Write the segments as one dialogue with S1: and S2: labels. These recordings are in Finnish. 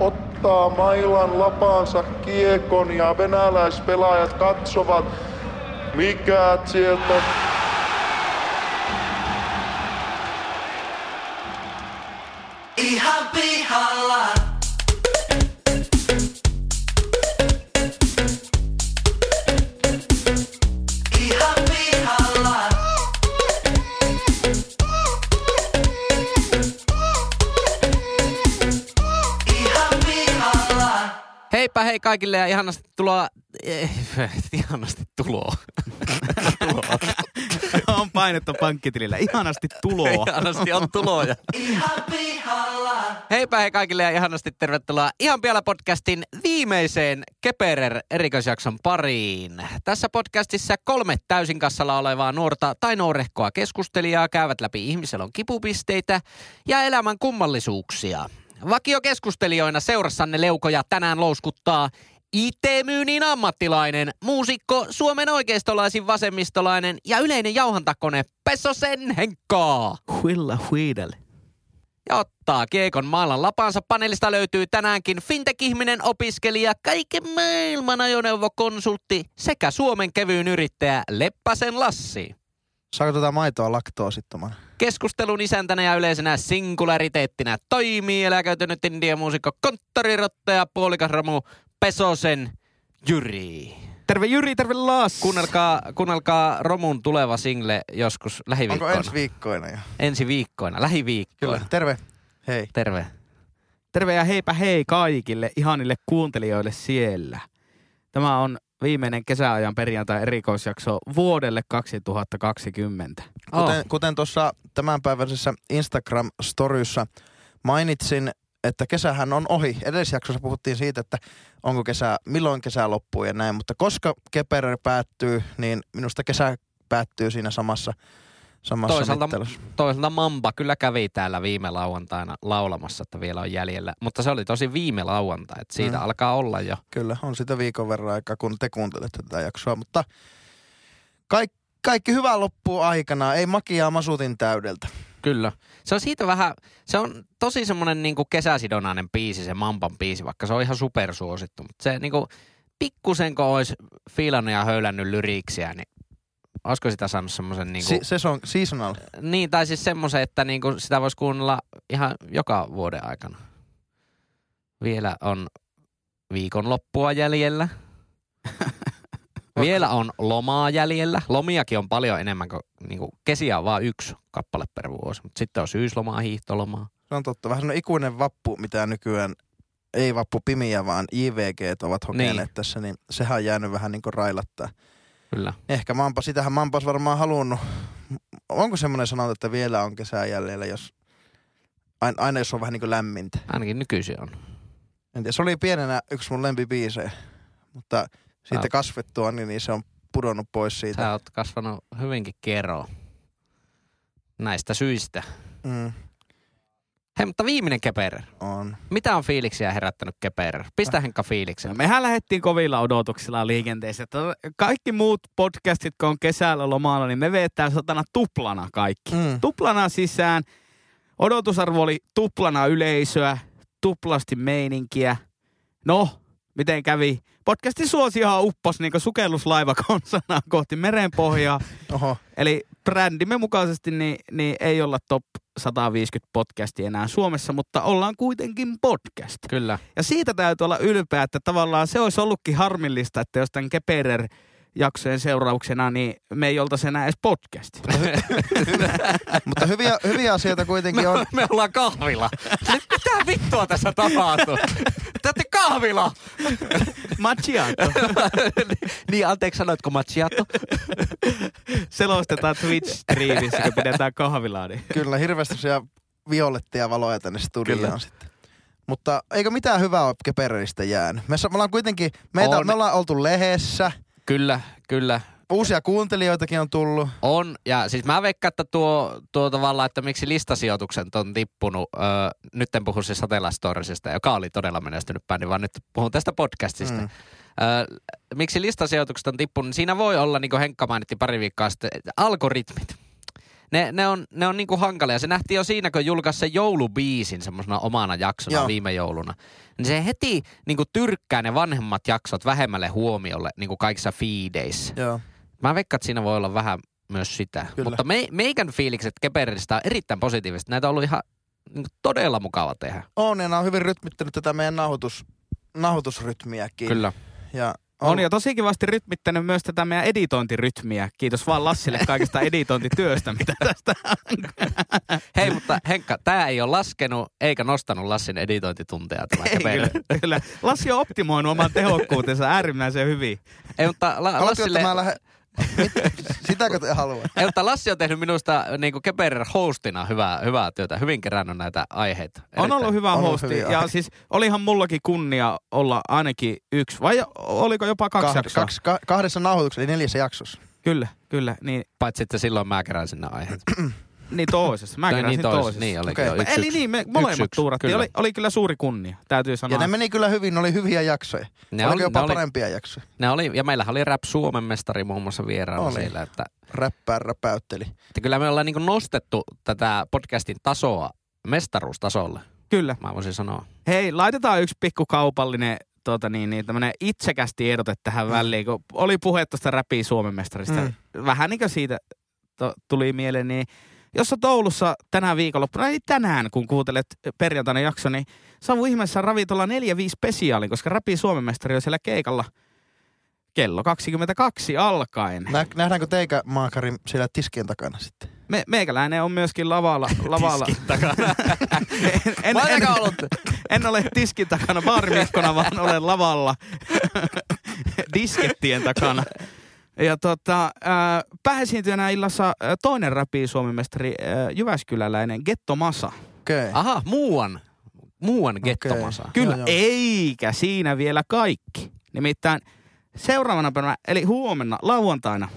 S1: ottaa mailan lapansa kiekon ja venäläispelaajat katsovat, mikä sieltä
S2: Ihan pihalla. Ihan pihalla. Ihan pihalla.
S3: Heipä hei kaikille ja ihanasti tuloa. Eh, ihanasti tuloa.
S4: on painettu pankkitilillä. Ihanasti tuloa.
S3: ihanasti on tuloja.
S2: Ihan pihalla.
S3: Heipä hei kaikille ja ihanasti tervetuloa Ihan Piala podcastin viimeiseen Keperer erikoisjakson pariin. Tässä podcastissa kolme täysin kassalla olevaa nuorta tai nuorehkoa keskustelijaa käyvät läpi ihmiselon kipupisteitä ja elämän kummallisuuksia. Vakiokeskustelijoina seurassanne leukoja tänään louskuttaa IT-myynnin ammattilainen, muusikko, Suomen oikeistolaisin vasemmistolainen ja yleinen jauhantakone Pesosen Henkkaa.
S4: Huilla huidel.
S3: Ja ottaa Kiekon maailman lapansa paneelista löytyy tänäänkin fintech-ihminen, opiskelija, kaiken maailman ajoneuvokonsultti sekä Suomen kevyyn yrittäjä Leppäsen Lassi.
S5: Saako tuota maitoa laktoosittomana?
S3: Keskustelun isäntänä ja yleisenä singulariteettinä toimii eläköitynyt indiamuusikko konttorirottaja puolikas romu Pesosen Jyri.
S4: Terve Jyri, terve Laas.
S3: Kuunnelkaa, kuunnelkaa Romun tuleva single joskus lähiviikkoina.
S5: Onko ensi viikkoina jo?
S3: ensi viikkoina, lähiviikkoina.
S5: Terve. Hei.
S3: Terve.
S4: Terve ja heipä hei kaikille ihanille kuuntelijoille siellä. Tämä on viimeinen kesäajan perjantai erikoisjakso vuodelle 2020.
S5: Kuten, kuten tuossa tämänpäiväisessä Instagram-storyssa mainitsin, että kesähän on ohi. Edellisessä jaksossa puhuttiin siitä, että onko kesä, milloin kesä loppuu ja näin, mutta koska keperö päättyy, niin minusta kesä päättyy siinä samassa, samassa
S3: Toisaalta-
S5: mittelussa.
S3: Toisaalta Mamba kyllä kävi täällä viime lauantaina laulamassa, että vielä on jäljellä. Mutta se oli tosi viime lauantai, että siitä mm.
S5: Mm.
S3: alkaa olla jo.
S5: Kyllä, on sitä viikon verran aikaa, kun te kuuntelette tätä jaksoa, mutta kaikki, kaikki hyvää loppuu aikana. Ei makiaa masutin täydeltä.
S3: Kyllä. Se on siitä vähän, se on tosi semmoinen niinku kesäsidonainen biisi, se Mamban biisi, vaikka se on ihan supersuosittu. Mutta se niinku, pikkusen kun olisi fiilannut ja höylännyt lyriksiä, niin olisiko sitä saanut semmoisen niinku,
S5: Si- se on seasonal.
S3: niin tai siis semmoisen, että niinku sitä voisi kuunnella ihan joka vuoden aikana. Vielä on viikonloppua jäljellä. Vielä on lomaa jäljellä. Lomiakin on paljon enemmän kuin niinku kesiä on vaan yksi kappale per vuosi. Mutta sitten on syyslomaa, hiihtolomaa.
S5: Se on totta. Vähän semmoinen ikuinen vappu, mitä nykyään ei vappu pimiä, vaan JVG ovat hokeneet
S3: Niin.
S5: niin. tässä, niin sehän on jäänyt vähän niin kuin railattaa. Niin
S3: Kyllä.
S5: Ehkä mampa, sitähän mampa olisi varmaan halunnut. Onko semmoinen sanonta, että vielä on kesää jäljellä, jos aina, aina jos on vähän niin kuin lämmintä.
S3: Ainakin nykyisin on.
S5: En tiedä, se oli pienenä yksi mun lempibiisejä, mutta
S3: Ah.
S5: sitten kasvettua, niin, niin se on pudonnut pois siitä.
S3: Sä oot kasvanut hyvinkin keroon. Näistä syistä.
S5: Mm,
S3: Hei, mutta viimeinen keper.
S5: on.
S3: Mitä on fiiliksiä herättänyt keper? Pistä Henkka fiiliksen.
S4: Mehän lähdettiin kovilla odotuksilla liikenteeseen. että Kaikki muut podcastit, kun on kesällä lomalla, niin me vetää satana tuplana kaikki.
S5: Mm.
S4: tuplana sisään. Odotusarvo oli tuplana yleisöä, tuplasti meininkiä. No, miten kävi? Podcastin suosiohan upposi niin sukelluslaiva konsanaan kohti merenpohjaa.
S5: Oho,
S4: Eli brändimme mukaisesti niin, niin ei olla top 150 podcasti enää Suomessa, mutta ollaan kuitenkin podcast.
S3: Kyllä.
S4: Ja siitä täytyy olla ylpeä, että tavallaan se olisi ollutkin harmillista, että jos tämän Keperer jaksojen seurauksena, niin me ei oltaisi enää edes podcast.
S5: mutta hyviä, hyviä asioita kuitenkin on.
S3: Me ollaan kahvila. Nyt mitä vittua tässä tapahtuu? Te olette kahvila.
S4: Macchiato.
S3: niin, anteeksi, sanoitko macchiato?
S4: selostetaan Twitch-striimissä, kun pidetään kahvilaa. Niin.
S5: Kyllä, hirveästi siellä violetteja valoja tänne studioon
S3: Kyllä.
S5: Kyllä. sitten. Mutta eikö mitään hyvää ole keperistä jäänyt? Me, sa- me ollaan kuitenkin, meitä,
S3: On.
S5: me ollaan oltu lehdessä,
S3: Kyllä, kyllä.
S5: uusia kuuntelijoitakin on tullut.
S3: On. Ja siis mä veikkaan, että tuo, tuo tavallaan, että miksi listasijoitukset on tippunut. Öö, nyt en puhu siis Satellastorisesta, joka oli todella menestynyt bändi, vaan nyt puhun tästä podcastista. Mm.
S5: Mm.
S3: Öö, niin miksi listasijoitukset on tippunut? Siinä voi olla, niin kuin Henkka mainitti pari viikkoa sitten, algoritmit. Ne, ne on, ne on niinku hankalia. Se nähtiin jo siinä, kun julkaisi se joulubiisin semmoisena omana jaksona
S5: Joo.
S3: viime jouluna. Niin se heti niinku tyrkkää ne vanhemmat jaksot vähemmälle huomiolle niinku kaikissa fiideissä.
S5: Joo.
S3: Mä veikkaan, että siinä voi olla vähän myös sitä.
S5: Kyllä.
S3: Mutta me, meikän fiilikset Keperistä on erittäin positiiviset. Näitä on ollut ihan niin todella mukava tehdä.
S5: On, ja nämä on hyvin rytmittänyt tätä meidän nauhoitus, nauhoitusrytmiäkin. Ja
S4: On ja tosi kivasti rytmittänyt myös tätä meidän editointirytmiä. Kiitos vaan Lassille kaikesta editointityöstä, mitä tästä
S3: Hei, mutta Henkka, tämä ei ole laskenut eikä nostanut Lassin editointitunteja tämä
S4: Ei,
S3: Keperä.
S4: kyllä, kyllä. Lassi on optimoinut oman tehokkuutensa äärimmäisen hyvin.
S3: Ei, mutta la,
S5: Haluatko,
S3: Lassille...
S5: että mä lähden... Mit- Sitäkö te haluat?
S3: Ei, mutta Lassi on tehnyt minusta niin kuin Keperer hostina hyvää, hyvää työtä, hyvin kerännyt näitä aiheita.
S4: On ollut hyvä
S5: on ollut
S4: hosti.
S5: hyviä
S4: Ja
S5: aiheita.
S4: siis olihan mullakin kunnia olla ainakin yksi, vai oliko jopa kaksi
S5: Kahd-
S4: jaksoa? No.
S5: kaksi- ka- kahdessa nauhoituksessa, eli neljässä jaksossa.
S4: Kyllä, kyllä. Niin,
S3: Paitsi että silloin mä kerään sinne aiheet.
S4: niin toisessa. Mä
S3: Tai
S4: keräsin
S3: niin
S4: toisessa.
S3: Niin olikin
S5: Okei.
S3: okay. jo, yksi,
S4: Eli
S3: yksi.
S4: niin, me molemmat
S3: Yksi, yksi,
S4: tuurattiin.
S3: kyllä.
S4: Oli, oli kyllä suuri kunnia, täytyy
S5: Ja
S4: sanoa.
S5: ne meni kyllä hyvin, ne oli hyviä jaksoja.
S3: Ne
S5: Ne oli
S3: oli-
S5: jopa
S3: ne oli-
S5: parempia jaksoja.
S3: Ne oli, ja meillähän oli Rap Suomen mestari muun muassa vieraana
S5: Oli.
S3: siellä, että,
S5: Räppää räpäytteli.
S3: että kyllä me ollaan niin kuin nostettu tätä podcastin tasoa mestaruustasolle,
S4: Kyllä.
S3: mä voisin sanoa.
S4: Hei, laitetaan yksi pikku kaupallinen tota niin, niin, tämmönen itsekäs tiedote
S3: Mm.
S4: tähän väliin, kun oli puhe tuosta räpiä Suomen mestarista.
S5: Mm.
S4: Vähän niin kuin siitä to, tuli mieleen, niin jos olet Oulussa tänään viikonloppuna, eli tänään kun kuuntelet perjantaina jakso, niin saavu ihmeessä ravintola 4-5 spesiaali, koska räpi Suomen mestari on siellä keikalla kello 22 alkaen.
S5: Nä- nähdäänkö teikä maakari siellä tiskien takana sitten?
S4: Me, meikäläinen on myöskin lavalla. lavalla.
S3: takana.
S4: en, en,
S3: Mä oon
S4: en,
S3: ainakaan ollut.
S4: en ole tiskin takana baarimikkona, vaan olen lavalla diskettien takana. Ja tota, äh, pääesiintyjänä illassa äh, toinen räpi Suomen mestari äh, Jyväskyläläinen Getto Masa.
S5: Okei. Okay.
S3: Aha, muuan. Muuan gettomasa. Okay.
S4: Kyllä,
S5: Joo, joo.
S4: eikä siinä vielä kaikki. Nimittäin seuraavana päivänä, eli huomenna, lauantaina,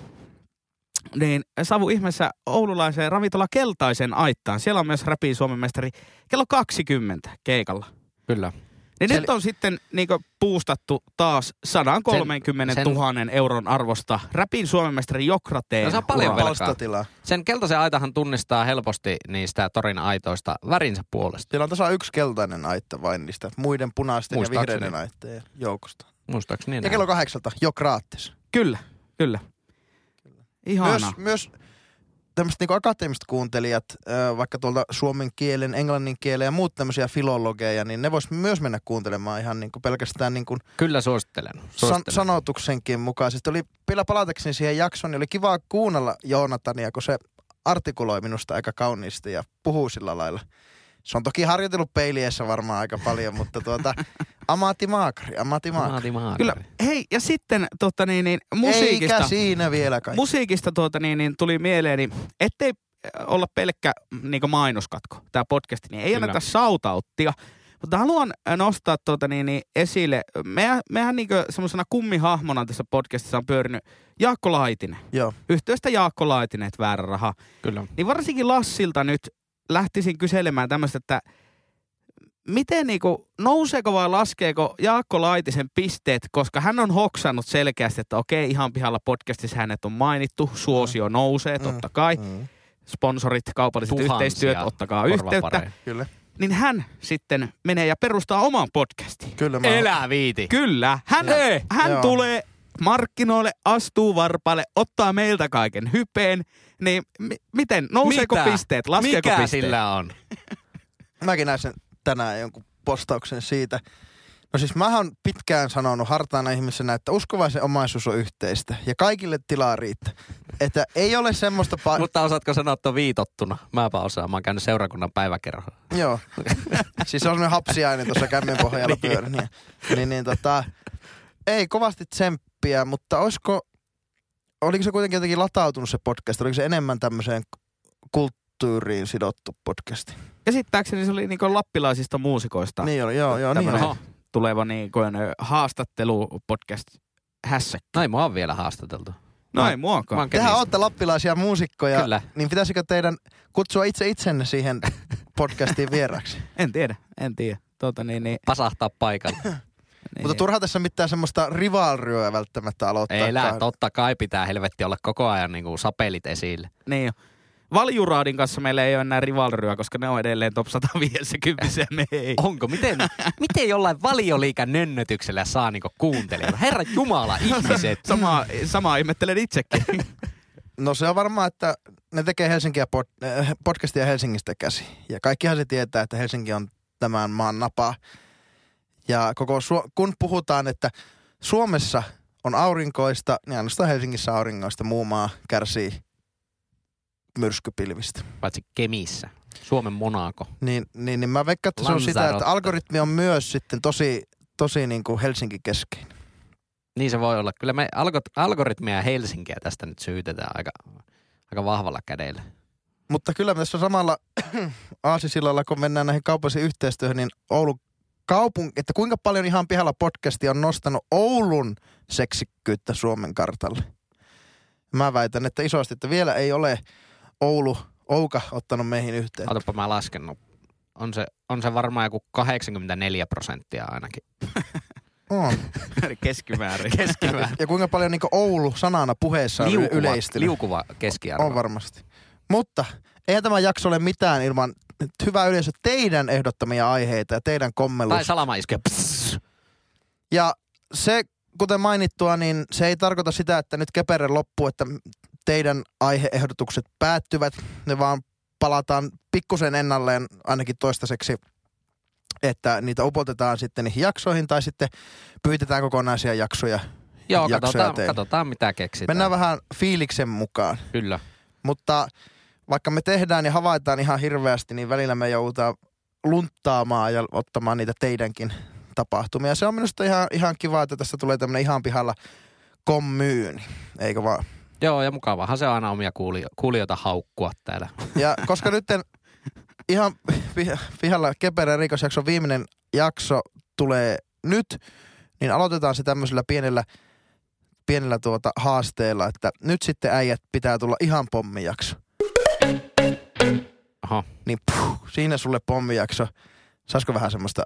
S4: niin Savu ihmeessä oululaiseen ravintola Keltaisen aittaan. Siellä on myös räpi Suomen mestari kello 20 keikalla.
S3: Kyllä.
S4: Niin
S5: Eli-
S4: nyt on sitten niinku puustattu taas 130
S3: Sen-
S4: 000 euron arvosta räpin Suomen mestari Jokrateen
S3: No se on paljon
S4: uraa.
S3: velkaa.
S5: Palstatilaa.
S3: Sen keltaisen aitahan tunnistaa helposti niistä torin aitoista värinsä puolesta,
S5: Siellä on tasa yksi keltainen aitta vain niistä muiden punaisten ja
S3: Muistaakseni.
S5: vihreiden aitteen joukosta.
S3: muistaakseni niin?
S5: Ja
S3: näin?
S5: kello kahdeksalta, jo graattis.
S4: Kyllä, kyllä. Ihanaa.
S5: Myös, myös tämmöiset niinku akateemiset kuuntelijat, ö, vaikka tuolta suomen kielen, englannin kielen ja muut tämmöisiä filologeja, niin ne vois myös mennä kuuntelemaan ihan niinku pelkästään niinku
S3: Kyllä suosittelen.
S5: san-
S3: suosittelen.
S5: sanotuksenkin mukaisesti. Oli vielä palatakseni siihen jaksoon, niin oli kiva kuunnella Joonatania, kun se artikuloi minusta aika kauniisti ja puhuu sillä lailla. Se on toki harjoitellut peiliessä varmaan aika paljon, mutta tuota, ammattimaakari, ammattimaakari.
S3: Maari.
S4: Kyllä. Hei, ja sitten tota niin, niin,
S5: Eikä
S4: musiikista,
S5: siinä vielä kaikki.
S4: musiikista tuota, niin, niin, tuli mieleeni, ettei äh, olla pelkkä niin mainoskatko tämä podcasti, niin ei
S3: Kyllä.
S4: anneta shoutouttia. Mutta haluan äh, nostaa tuota, niin, niin, esille, mehän, mehän niin semmoisena kummihahmona tässä podcastissa on pyörinyt Jaakko Laitinen.
S5: Joo,
S4: yhtiöstä Jaakko Laitinen, että väärä raha.
S3: Kyllä.
S4: Niin varsinkin Lassilta nyt lähtisin kyselemään tämmöistä, että miten niinku, nouseeko vai laskeeko Jaakko Laitisen pisteet, koska hän on hoksannut selkeästi, että okei, ihan pihalla podcastissa hänet on mainittu, suosio nousee,
S5: Mm.
S4: totta kai,
S5: mm,
S4: sponsorit, kaupalliset
S3: Tuhansia
S4: yhteistyöt, ottakaa yhteyttä.
S3: korvapareja.
S5: kyllä.
S4: Niin hän sitten menee ja perustaa oman podcastin.
S5: Kyllä mä
S3: Elää viiti.
S4: Kyllä, hän,
S3: Joo.
S4: hän
S5: Joo.
S4: tulee markkinoille, astuu varpaille, ottaa meiltä kaiken hypeen. Niin mi- miten, nouseeko
S3: Mitä?
S4: pisteet, laskeeko
S3: Mikä
S4: pisteet?
S3: sillä on?
S5: Mäkin näin sen tänään jonkun postauksen siitä. No siis mä oon pitkään sanonut hartaana ihmisenä, että uskovaisen omaisuus on yhteistä ja kaikille tilaa riittää. Että ei ole semmoista... Pa-
S3: Mutta osaatko sanoa tuon viitottuna? Mäpä osaan. Mä oon käynyt seurakunnan päiväkerhoa.
S5: Joo. siis se on semmoinen hapsiainen tuossa kämmen pohjalla pyörin. Niin, niin, niin tota, ei kovasti tsemppiä, mutta olisiko, oliko se kuitenkin jotenkin latautunut se podcast? Oliko se enemmän tämmöiseen kulttuuriin sidottu podcasti?
S4: Käsittääkseni se oli niinku lappilaisista muusikoista
S5: Niin oli, joo,
S3: no
S5: joo, niin
S4: Tämmönen.
S5: oli.
S4: Oho. tuleva niinku ö, haastattelupodcast hässä.
S3: No ei mua on vielä haastateltu.
S4: No
S3: Mä-
S4: ei
S3: Mä
S4: muakaan.
S3: oon
S5: Tehän
S3: Kemistä.
S5: olette lappilaisia muusikkoja,
S3: Kyllä.
S5: niin pitäisikö teidän kutsua itse itsenne siihen podcastiin vieraksi?
S4: En tiedä, en tiedä. Tota, niin, niin,
S3: Pasahtaa paikalle.
S4: niin,
S5: Mutta turha tässä mitään semmoista rivalryöä välttämättä aloittaa.
S3: Ei lää,
S5: Kahden-
S3: totta kai pitää helvetti olla koko ajan niinku sapelit esille.
S4: Niin jo. Valjuraadin kanssa meillä ei ole enää rivalryä, koska ne on edelleen top 150 ja me ei.
S3: Onko? Miten, miten jollain valioliikan nönnötyksellä saa niinku kuuntelijoita? Herra Jumala, ihmiset.
S4: Samaa, samaa ihmettelen itsekin.
S5: No se on varmaan, että ne tekee Helsinkiä pod- äh, podcastia Helsingistä käsi. Ja kaikkihan se tietää, että Helsinki on tämän maan napa. Ja koko Su- kun puhutaan, että Suomessa on aurinkoista, niin ainoastaan Helsingissä auringoista muu maa kärsii myrskypilvistä.
S3: Paitsi Kemissä. Suomen Monaco.
S5: Niin, niin, niin mä veikkaan, että se on sitä, että
S3: Lanzarote.
S5: algoritmi on myös sitten tosi, tosi niin kuin Helsinki-keskeinen.
S3: Niin se voi olla. Kyllä me algo- algoritmia ja Helsinkiä tästä nyt syytetään aika, aika vahvalla kädellä.
S5: Mutta kyllä tässä samalla aasisillalla, kun mennään näihin kaupallisiin yhteistyöhön, niin Oulun kaupunk, että kuinka paljon ihan pihalla podcasti on nostanut Oulun seksikkyyttä Suomen kartalle. Mä väitän, että isosti, että vielä ei ole Oulu, Ouka ottanut meihin yhteyttä.
S3: Otapa mä laskenut. On se, on se varmaan joku 84 prosenttia ainakin.
S5: On.
S4: Keskimäärin.
S3: Keskimäärin.
S5: Ja kuinka paljon niin Oulu sanana puheessa on
S3: Liukuva,
S5: yleistynyt.
S3: liukuva keskiarvo.
S5: On varmasti. Mutta eihän tämä jakso ole mitään ilman nyt hyvää yleisö teidän ehdottamia aiheita ja teidän
S3: tai
S5: kommelus.
S3: salama iskee. Pss.
S5: Ja se, kuten mainittua, niin se ei tarkoita sitä, että nyt keperre loppuu, että teidän aiheehdotukset päättyvät. Ne vaan palataan pikkusen ennalleen ainakin toistaiseksi, että niitä upotetaan sitten niihin jaksoihin tai sitten pyytetään kokonaisia jaksoja.
S3: Joo,
S5: jaksoja
S3: katsotaan,
S5: teille.
S3: katsotaan mitä keksitään.
S5: Mennään vähän fiiliksen mukaan.
S3: Kyllä.
S5: Mutta vaikka me tehdään ja havaitaan ihan hirveästi, niin välillä me joudutaan lunttaamaan ja ottamaan niitä teidänkin tapahtumia. Se on minusta ihan, ihan kiva, että tässä tulee tämmöinen ihan pihalla kommyyni, eikö vaan?
S3: Joo, ja mukavahan se on aina omia kuulijo- kuulijoita haukkua täällä.
S5: Ja koska nyt ihan pi- pihalla keperän rikosjakson viimeinen jakso tulee nyt, niin aloitetaan se tämmöisellä pienellä, pienellä tuota haasteella, että nyt sitten äijät pitää tulla ihan pommijakso.
S3: Aha,
S5: Niin puh, siinä sulle pommijakso. Saisiko vähän semmoista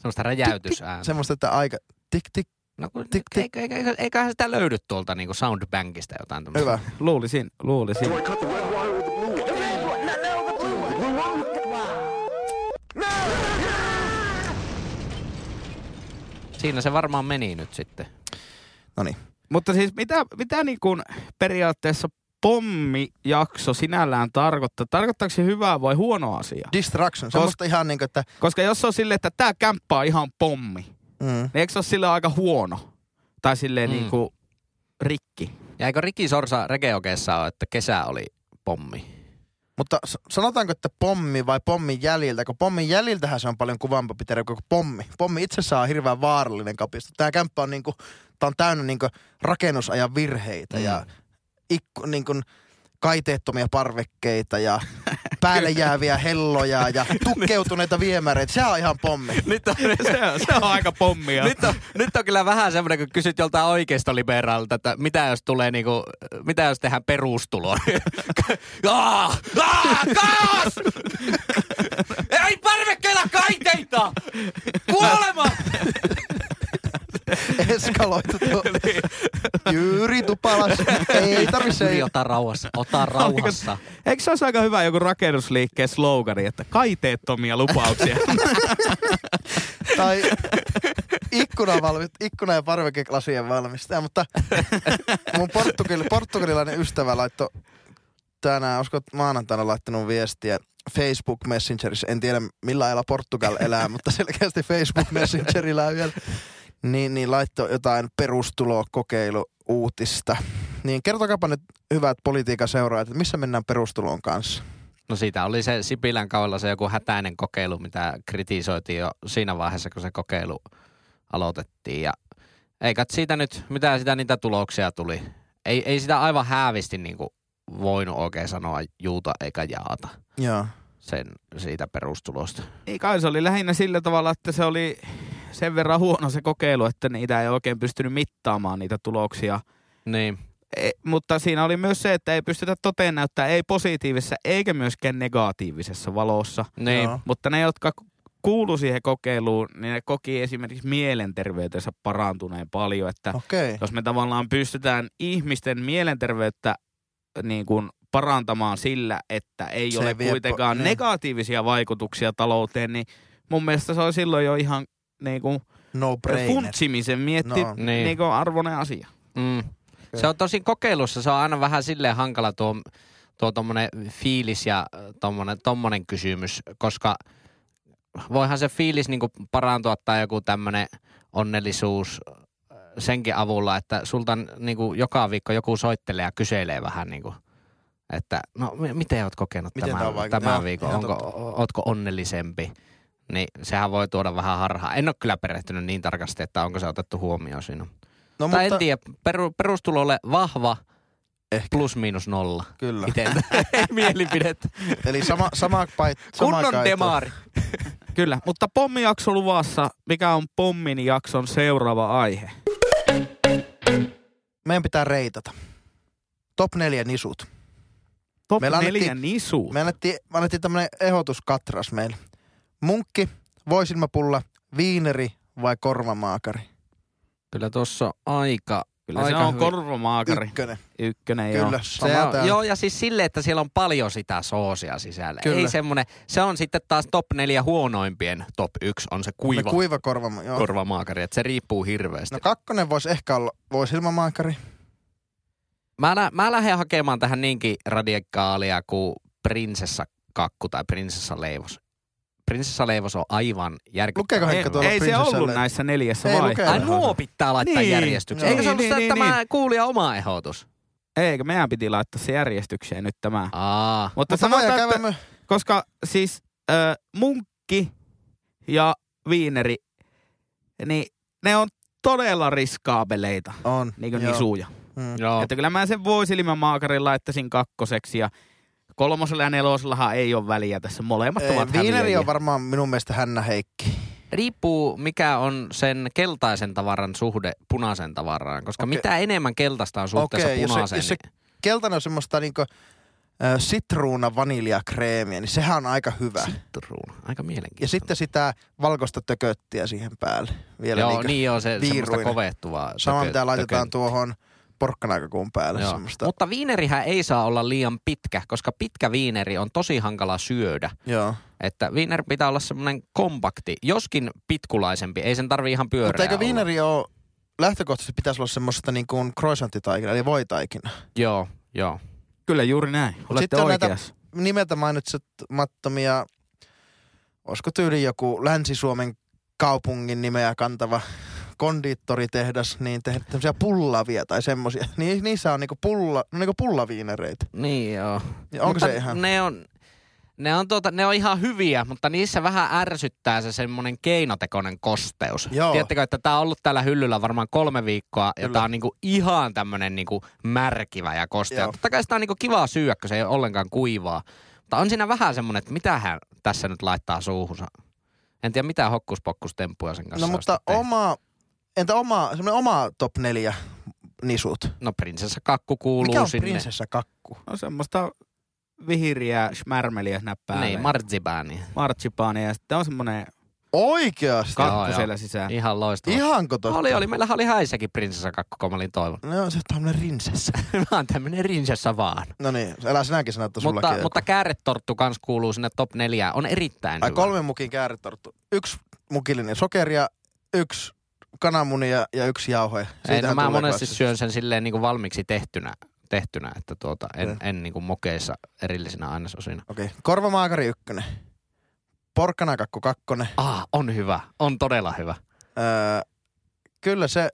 S3: semmoista räjäytysääntä.
S5: Semmoista, että aika... Tik, tik,
S3: No, kun,
S5: tik, tik.
S3: eikö, eikö, eiköhän sitä löydy tuolta niinku soundbankista jotain tämmöistä.
S5: Hyvä.
S4: Luulisin, luulisin.
S3: Siinä se varmaan meni nyt sitten.
S5: No niin.
S4: Mutta siis mitä, mitä niin kuin periaatteessa pommijakso sinällään tarkoittaa? Tarkoittaako se hyvää vai huonoa asiaa?
S5: Distraction. Semmoista ihan niin kuin, että...
S4: Koska jos se on silleen, että tämä kämppä on ihan pommi, niin
S5: Mm.
S4: eikö se ole silleen aika huono? Tai silleen
S3: Mm.
S4: mm. niin kuin rikki.
S3: Ja eikö Riki Sorsa Regeokeessa ole, että kesä oli pommi?
S5: Mutta s- sanotaanko, että pommi vai pommin jäljiltä? Kun pommin jäljiltähän se on paljon kuvampi termi kuin pommi. Pommi itsessään on hirveän vaarallinen kapisto. Tämä kämppä on, niin kuin, tää on täynnä niin kuin rakennusajan virheitä
S3: Mm.
S5: mm. ja ikku, niin kuin kaiteettomia parvekkeita ja päälle jääviä helloja ja tukkeutuneita viemäreitä. Sehän on ihan pommi.
S3: Nyt on,
S4: Se on, se on aika pommia.
S3: nyt, on, nyt on kyllä vähän semmoinen, kun kysyt joltain oikeistoliberaalta, että mitä jos tulee niinku, mitä jos tehdään perustulo? Aa, aa, kaos! Ei parvekkeilla kaiteita! Kuolema!
S5: Eskaloitu tuo. Jyri Tupalas. Ei tarvitse.
S3: Yli, ota rauhassa, ota rauhassa.
S4: Eikö se olisi aika hyvä joku rakennusliikkeen slogani, että kaiteettomia lupauksia?
S5: tai ikkuna valmi, ikkuna ja parvekeklasien valmistaja, mutta mun portugil, portugalilainen ystävä laittoi tänään, uskon, että maanantaina laittanut viestiä Facebook Messengerissä. En tiedä, millä ajalla Portugal elää, mutta selkeästi Facebook Messengerillä on vielä. Niin, niin laittoi jotain perustulokokeilu uutista. Niin kertokaapa nyt hyvät politiikan seuraajat, että missä mennään perustuloon kanssa?
S3: No siitä oli se Sipilän kaudella se joku hätäinen kokeilu, mitä kritisoitiin jo siinä vaiheessa, kun se kokeilu aloitettiin. Ja eikä siitä nyt, mitä sitä niitä tuloksia tuli. Ei, ei sitä aivan häävisti niin kuin voinut oikein sanoa juuta eikä jaata
S5: Joo.
S3: sen siitä perustulosta.
S4: Niin kai se oli lähinnä sillä tavalla, että se oli sen verran huono se kokeilu, että niitä ei oikein pystynyt mittaamaan niitä tuloksia.
S3: Niin,
S4: E, mutta siinä oli myös se, että ei pystytä toteen näyttää ei positiivisessa eikä myöskään negatiivisessa valossa.
S3: niin.
S5: Joo.
S4: Mutta ne, jotka kuulu siihen kokeiluun, niin ne koki esimerkiksi mielenterveytensä parantuneen paljon. Että
S5: Okei. Okay.
S4: jos me tavallaan pystytään ihmisten mielenterveyttä niin kuin parantamaan sillä, että ei
S5: Se
S4: ole
S5: vie po-
S4: kuitenkaan
S5: niin.
S4: negatiivisia vaikutuksia talouteen, niin mun mielestä se on silloin jo ihan niin kuin
S5: No brainer.
S4: funtsimisen mietti
S5: No.
S4: no.
S3: Niin.
S4: niin kuin arvoinen asia.
S3: Mm. Se on tosin kokeilussa, se on aina vähän silleen hankala tuo, tuo tommonen fiilis ja äh, tommonen, tommonen kysymys, koska voihan se fiilis niinku parantua tai joku tämmönen onnellisuus äh, senkin avulla, että sulta n- niinku joka viikko joku soittelee ja kyselee vähän niinku, että no mi- miten oot kokenut
S5: Miten tää on
S3: tämän,
S5: vaikuttanut?
S3: tämän
S5: Joo,
S3: viikon,
S5: joo,
S3: onko, o- ootko onnellisempi, niin sehän voi tuoda vähän harhaa. En ole kyllä perehtynyt niin tarkasti, että onko se otettu huomioon siinä.
S5: No
S3: No, tai
S5: mutta
S3: en tiedä, peru, perustulolle vahva
S5: Ehkä. No.
S3: plus miinus nolla.
S5: kyllä.
S3: Miten? Ei mielipidettä.
S5: Eli sama, sama, pait, sama
S3: Kunnon
S5: kaito.
S3: demari.
S4: Kyllä, mutta pommijakso luvassa. Mikä on pommin jakson seuraava aihe?
S5: Meidän pitää reitata. Top neljä nisut.
S4: Top
S5: Meillä
S4: Meillä
S5: annettiin-
S4: neljä nisu.
S5: Me annettiin, me annettiin tämmönen ehdotuskatras meille. Munkki, voisilmapulla, viineri vai korvamaakari?
S3: Kyllä tuossa aika...
S4: Kyllä se
S3: aika
S4: on
S3: hyvin.
S4: korvamaakari.
S5: Ykkönen.
S4: Ykkönen, joo.
S5: Kyllä,
S3: Se
S5: sama
S3: on,
S5: täällä.
S3: joo, ja siis sille, että siellä on paljon sitä soosia sisällä.
S5: Kyllä.
S3: Ei semmonen, se on sitten taas top neljä huonoimpien top yksi, on se
S5: Ne
S3: kuiva,
S5: kuiva korvama, joo.
S3: korvamaakari, että se riippuu hirveästi.
S5: No kakkonen voisi ehkä olla voisilmamaakari.
S3: Mä, lä- mä lähden hakemaan tähän niinkin radikaalia kuin prinsessakakku tai prinsessaleivos. Prinsessaleivos on aivan järkyttävä.
S5: Lukeeko Henkka
S4: Ei,
S5: tuolla
S4: ei se
S5: prinsessalle?
S4: ollut näissä neljässä
S5: Ei
S4: vai?
S5: lukenut.
S3: Ai nuo pitää laittaa
S4: Niin.
S3: niin. järjestykseen.
S5: Joo.
S3: Eikö se ollut
S4: Niin,
S3: niin,
S4: niin,
S3: niin, tämä kuulija oma ehdotus?
S4: Eikö, meidän piti laittaa se järjestykseen nyt tämä.
S3: Aa.
S4: Mutta
S5: Mutta voidaan
S4: sanotaan,
S5: käydä
S4: että,
S5: my...
S4: koska siis äh, munkki ja viineri, niin ne on todella riskaabeleita,
S5: On.
S4: niin kuin
S5: joo.
S4: nisuja.
S5: Mm.
S3: Joo.
S4: Että kyllä mä sen voisilimamaakarin laittaisin kakkoseksi ja kolmosella ja nelosellahan ei ole väliä tässä. Molemmat
S5: Ei,
S4: ovat
S5: Viineri
S4: häviäjiä.
S5: on varmaan minun mielestä Hännä Heikki.
S3: Riippuu mikä on sen keltaisen tavaran suhde punaisen tavaraan, koska
S5: Okei.
S3: okay. mitä enemmän keltaista on suhteessa niin
S5: Okei,
S3: okay,
S5: jos se-
S3: punaiseen,
S5: jos se- Keltainen on semmoista niinku ö, sitruuna vaniljakreemiä, niin sehän on aika hyvä.
S3: niin sitruuna. Aika mielenkiintoista.
S5: Ja sitten sitä valkoista tököttiä siihen päälle. Vielä
S3: Joo,
S5: niinku-
S3: niin joo, se semmoista
S5: viiruinen.
S3: kovehtuvaa.
S5: Sama
S3: tökö-
S5: mitä laitetaan
S3: tökö-
S5: tuohon porkkanaikakuun päälle
S3: Joo.
S5: semmoista.
S3: Mutta viinerihän ei saa olla liian pitkä, koska pitkä viineri on tosi hankala syödä.
S5: Joo.
S3: Että viineri pitää olla semmoinen kompakti, joskin pitkulaisempi. Ei sen tarvi ihan pyöreä
S5: Mutta eikö
S3: olla.
S5: viineri ole, lähtökohtaisesti pitäisi olla semmoista niin kuin croissanttitaikina, eli voitaikina.
S3: Joo, joo.
S4: Kyllä juuri näin. Olette
S5: sitten on näitä-
S4: oikeassa.
S5: Nimeltä mainitsemattomia, olisiko tyyli joku Länsi-Suomen kaupungin nimeä kantava kondiittoritehdas, niin tehdä tämmöisiä pullavia tai semmoisia. Niin, niissä on niinku, pulla, no niinku pullaviinereitä.
S3: Niin joo.
S5: Ja onko
S3: Mutta
S5: se ihan?
S3: Ne on, ne on, tuota, ne on ihan hyviä, mutta niissä vähän ärsyttää se semmoinen keinotekoinen kosteus.
S5: Joo.
S3: Tiedättekö, että tämä on ollut täällä hyllyllä varmaan kolme viikkoa ja
S5: Kyllä.
S3: tämä on niinku ihan tämmöinen niinku märkivä ja kostea.
S5: Joo.
S3: Totta kai sitä on niinku kivaa syödä, kun se ei ole ollenkaan kuivaa. Mutta on siinä vähän semmoinen, että mitähän tässä nyt laittaa suuhunsa. En tiedä mitään hokkuspokkustemppuja sen
S5: No
S3: kanssa. on
S5: mutta
S3: sitten tehty.
S5: oma, entä oma, semmoinen oma top neljä nisut?
S3: No prinsessakakku kuuluu
S5: Mikä on
S3: sinne. Niin,
S5: prinsessakakku?
S4: No semmoista vihiriä schmärmeliä näppää.
S3: Niin, martsipääni.
S4: martsipaania ja sitten on semmoinen
S5: Oikeasti?
S4: kakku
S3: joo.
S4: siellä
S5: Niin.
S4: sisään.
S3: Ihan loistava.
S5: Ihanko totta?
S3: Oli, oli. Meillähän oli häissäkin prinsessakakku, kun mä olin toivon.
S5: No se on tämmönen rinsessä.
S3: Mä oon tämmönen rinsessa vaan.
S5: No niin, älä sinäkin sanoa, että sullakin
S3: Mutta,
S5: on
S3: mutta
S5: joku.
S3: kääretorttu kans kuuluu sinne top neljään. On erittäin
S5: Ai
S3: hyvä.
S5: kolmen mukin kääritorttu. Yksi mukillinen sokeria, yksi kananmunia ja yksi jauhoja.
S3: Ei, no,
S5: Siitähän
S3: mä
S5: tulee
S3: monesti
S5: klassisesti.
S3: syön sen silleen niin kuin valmiiksi tehtynä, tehtynä että tuota, en,
S5: Joo.
S3: en niin kuin mokeissa erillisinä ainesosina.
S5: Okei, okay. korvamaakari ykkönen. Porkkanakakku kakkonen.
S3: Ah, on hyvä. On todella hyvä.
S5: Öö, kyllä se...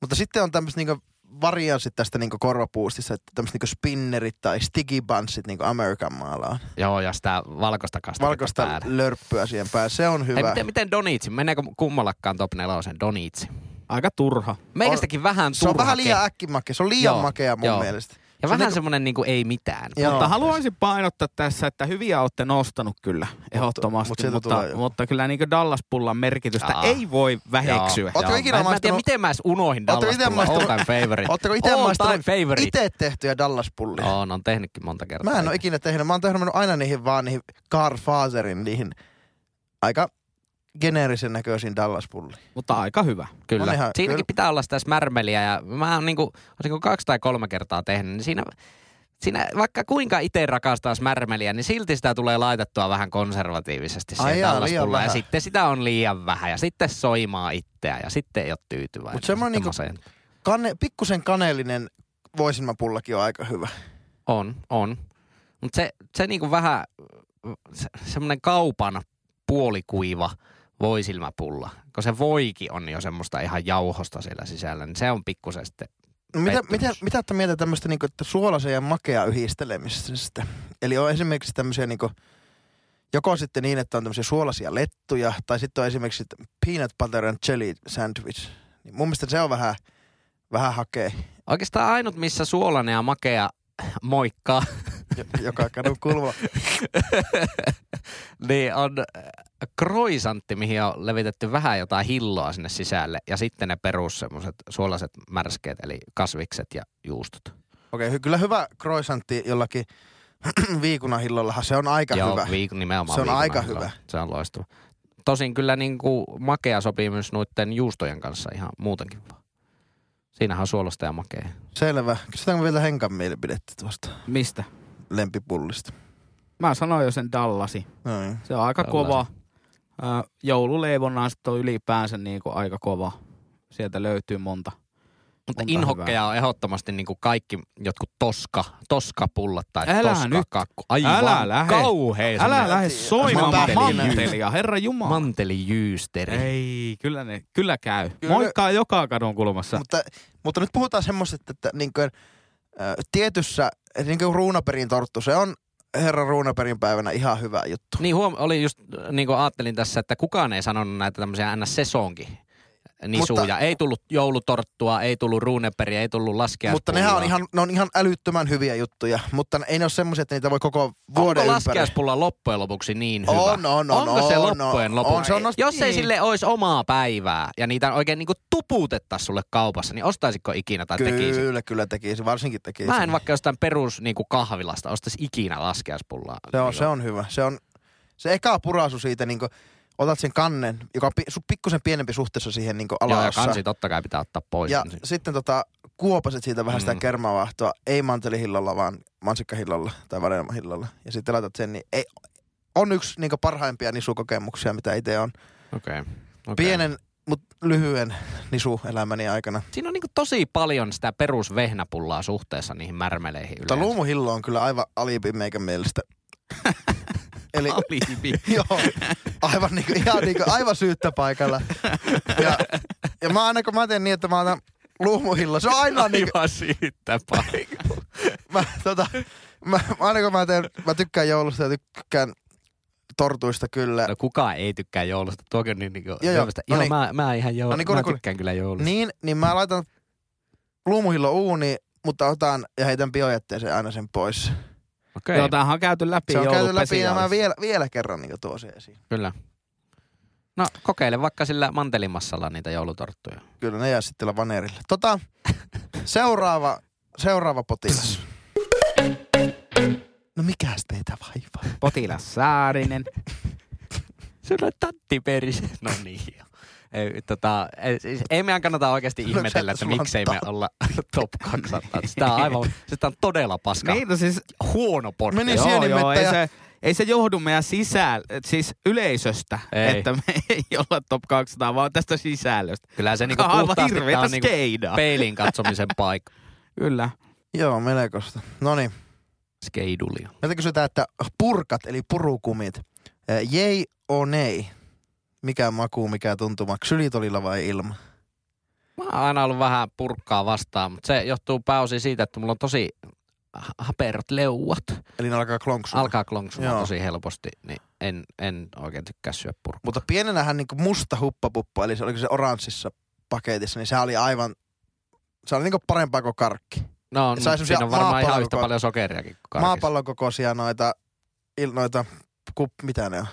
S5: Mutta sitten on tämmöiset niinku varianssit tästä niinku korvapuustissa, että tämmöiset niinku spinnerit tai sticky bunssit niinku Amerikan maalla on.
S3: Joo, ja sitä valkoista kastiketta
S5: Valkoista
S3: päälle.
S5: lörppyä siihen päälle, se on
S3: Hei,
S5: hyvä.
S3: miten, miten donitsi? Meneekö kummallakaan top nelosen donitsi?
S4: Aika turha.
S3: Meikästäkin vähän
S5: Se on vähän
S3: turhake.
S5: liian äkkimakea, se on liian
S3: Joo,
S5: makea mun
S3: joo.
S5: mielestä.
S3: Ja
S5: on
S3: vähän
S5: niinku-
S3: semmonen niin kuin ei mitään.
S5: Joo.
S4: Mutta haluaisin painottaa tässä, että hyviä olette nostanut kyllä ehdottomasti,
S5: mut
S4: mutta,
S5: sieltä
S4: mutta,
S5: tulee joku.
S4: mutta, kyllä niin dallas-pullan merkitystä
S3: Jaa.
S4: ei voi väheksyä.
S5: Ootko
S3: Joo,
S5: ikinä
S3: mä, en- mä en tiedä,
S5: maistanut-
S3: miten mä edes unohin
S5: Ootteko
S3: Dallas
S5: ite
S3: Pulla.
S5: maistanut-
S3: All time favorite.
S5: Ootteko itse
S3: All
S5: maistanut
S3: time favorite.
S5: itse tehtyjä Dallas-pullia?
S3: On, on tehnytkin monta kertaa.
S5: Mä en ole ikinä tehnyt. Mä oon tehnyt aina niihin vaan niihin Carl Faserin niihin aika geneerisen näköisiin Dallas-pulliin.
S4: Mutta aika hyvä.
S3: Kyllä.
S5: on ihan-
S3: Siinäkin
S5: kyllä.
S3: pitää olla sitä smärmeliä ja mä oon niinku, osinko kaksi tai kolme kertaa tehnyt, niin siinä Siinä vaikka kuinka itse rakastaisi märmeliä, niin silti sitä tulee laitettua vähän konservatiivisesti siihen
S5: Ai jaa, liian
S3: Dallas-pulloon. Ja
S5: vähän.
S3: sitten sitä on liian vähän ja sitten soimaa itseään ja sitten ei ole tyytyväinen.
S5: Mut semmoinen
S3: Sitten
S5: niinku-
S3: masentuu.
S5: Kanne, pikkusen kaneellinen voisinmapullakin on aika hyvä.
S3: On, on. Mutta se, se niinku vähän se, semmoinen kaupan puolikuiva voisilmäpulla, kun se voikin on jo semmoista ihan jauhosta siellä sisällä, niin se on pikkusen sitten
S5: No Mitä,
S3: Pettymys.
S5: mitä, mitä te mieltä tämmöistä niinku, että suolaisen ja makea yhdistelemisestä? Eli on esimerkiksi tämmöisiä niinku, joko sitten niin, että on tämmöisiä suolaisia lettuja, tai sitten on esimerkiksi peanut butter and jelly sandwich. Niin mun mielestä se on vähän, vähän hakee,
S3: Oikeastaan ainut, missä suolainen ja makea moikkaa,
S5: jo- joka kadun kulma.
S3: niin on äh, kroisantti, mihin on levitetty vähän jotain hilloa sinne sisälle. Ja sitten ne perus semmoset suolaiset märskeet, eli kasvikset ja juustot.
S5: Okei, okay, kyllä hyvä croissantti jollakin viikunahillollahan, se on aika
S3: Joo,
S5: hyvä.
S3: Viik- nimenomaan
S5: Se on
S3: viikon
S5: aika
S3: aikana.
S5: hyvä.
S3: Se on loistava. Tosin kyllä niin kuin makea sopii myös noiden juustojen kanssa ihan muutenkin vaan. Siinähän on suolasta ja makea.
S5: Selvä. Kysytäänkö vielä Henkan mielipidettä tuosta
S4: Mistä?
S5: lempipullista?
S4: Mä sanoin jo sen Dallasi.
S5: Noin.
S4: Se on aika
S3: Dallasi.
S4: kova. Ää, Joululeivonnaa sit on ylipäänsä niinku aika kova. Sieltä löytyy monta.
S3: Mutta
S4: Monta
S3: inhokkeja on ehdottomasti niin kuin kaikki jotkut toska, toskapullat tai
S4: Älä nyt.
S3: toskakakku. Aivan
S4: Älä lähe.
S3: kauhea
S4: Älä
S3: semmoinen
S4: lähde soimaan
S5: Mä oon tähdellinen.
S4: mantelia, herra jumala.
S3: mantelijyysteri.
S4: Ei, kyllä ne, kyllä käy.
S5: Kyllä.
S4: Kyllä. Moikkaa joka kadun kulmassa. Mut,
S5: Mutta, mutta nyt puhutaan semmoisesta, että niin kuin, äh, tietyssä, niin kuin ruunaperin torttu, se on herra ruunaperin päivänä ihan hyvä juttu.
S3: Niin huom- oli just, äh, niin kuin ajattelin tässä, että kukaan ei sanonut näitä tämmöisiä ns. sesonki nisuja.
S5: Mutta-
S3: Mutta, ei tullut joulutorttua, ei tullut ruuneperiä, ei tullut laskea.
S5: Mutta nehän on ihan, ne on ihan älyttömän hyviä juttuja, mutta ne- ei ne ole semmoisia, että niitä voi koko vuoden
S3: Onko
S5: ympäri.
S3: laskeaspulla loppujen lopuksi niin hyvä?
S5: On, on, on,
S3: Onko se
S5: on,
S3: loppujen
S5: on,
S3: lopuksi?
S5: on, se on nost-
S3: Jos ei
S5: niin.
S3: sille olisi omaa päivää ja niitä oikein niinku tuputettaisiin sulle kaupassa, niin ostaisitko ikinä tai tekisit?
S5: Kyllä, kyllä tekisi, varsinkin tekisi.
S3: Mä en vaikka jostain perus niinku kahvilasta ostaisi ikinä laskeaspullaa.
S5: se, on,
S3: Niinku.
S5: se on hyvä. Se on se eka puraisu siitä, niin kuin, otat sen kannen, joka on pi, su, pikkusen pienempi suhteessa siihen niin
S3: Joo, ja
S5: alaossa.
S3: kansi totta kai pitää ottaa pois. Niin
S5: Ja sitten tota, kuopasit siitä vähän sitä
S3: Mm.
S5: kermavahtoa, ei mantelihillolla, vaan mansikkahillolla tai vadelmahillolla. Ja sitten laitat sen, niin ei, on yksi niin parhaimpia nisukokemuksia, mitä itse on. Okay.
S3: Okei. Okay.
S5: Pienen, mutta lyhyen nisuelämäni aikana.
S3: Siinä on niinku tosi paljon sitä perusvehnäpullaa suhteessa niihin märmeleihin
S5: Mutta
S3: yleensä.
S5: luumuhillo on kyllä aivan alibi meikän mielestä. Eli
S4: Alibi.
S5: joo, aivan, niinku, ihan niinku, aivan syyttä paikalla. Ja, ja mä aina kun mä teen niin, että mä otan luumuhillo, se on aina niinku,
S3: Aivan siitä paikalla.
S5: mä, tota, mä, mä- aina kun mä, teen, mä tykkään joulusta ja tykkään tortuista kyllä.
S3: No kukaan ei tykkää joulusta. Tuokin on niin niinku...
S5: joo.
S3: tämmöistä-
S5: No
S3: joo,
S5: niin.
S3: mä, mä ihan
S5: No
S3: joulusta. No
S5: niin,
S3: niin,
S5: kuule,
S3: mä
S5: kuule.
S3: tykkään kyllä joulusta.
S5: Niin, niin mä laitan luumuhillo uuni, mutta otan ja heitän biojätteeseen aina sen pois.
S3: Okei,
S4: Joo, tämähän on käyty läpi
S5: Se on käyty läpi ja
S4: joulupesiaalissa.
S5: mä vielä, vielä kerran niin tuon sen esiin.
S3: kyllä. No kokeile vaikka sillä mantelimassalla niitä joulutorttuja.
S5: Kyllä ne jää sitten tällä vaneerille. Tota, seuraava, seuraava potilas. No mikäs teitä vaivaa?
S4: Potilas Saarinen.
S3: Se on tatti peris. No niin. joo. Ei, tota, ei, siis ei meidän kannata oikeasti
S5: Onko
S3: ihmetellä,
S5: se
S3: että miksei me
S5: slanta?
S3: olla top 200. Sitä on aivan, sitä on todella paska.
S4: Niin, no siis,
S3: Huono podcast.
S5: Meni
S4: joo, joo,
S5: sienimettäjä.
S4: ei se, ei se johdu meidän sisällä, siis yleisöstä,
S3: Ei.
S4: että me ei olla top 200, vaan tästä sisällöstä.
S3: Kyllä se niinku
S4: Aivan
S3: puhtaasti
S4: hirveetä
S3: tää on niinku
S4: skeidaa.
S3: peilin katsomisen paikka.
S4: Kyllä.
S5: Joo, melekosta. No niin.
S3: Skeidulia.
S5: Meiltä kysytään, että purkat, eli purukumit, eh, jei on ei? Mikä maku, mikä tuntuma, ksylitolilla vai ilma?
S3: Mä oon aina ollut vähän purkkaa vastaan, mutta se johtuu pääosin siitä, että mulla on tosi ha- haperot leuat.
S5: Eli ne alkaa klonksua.
S3: Alkaa klonksumaan
S5: Joo.
S3: tosi helposti, niin en, en oikein tykkää syödä purkkaa.
S5: Mutta pienenähän niin musta huppapuppa, eli se oliko se oranssissa paketissa, niin se oli aivan, se oli niin parempaa kuin karkki.
S3: No,
S5: Sai
S3: no
S5: semmosia
S3: siinä on varmaan ihan
S5: maapallon
S3: yhtä
S5: koko-
S3: paljon sokeriakin kuin
S5: Karkis.
S3: karkissa.
S5: Maapallon kokoisia noita, il, noita kup, mitä ne on?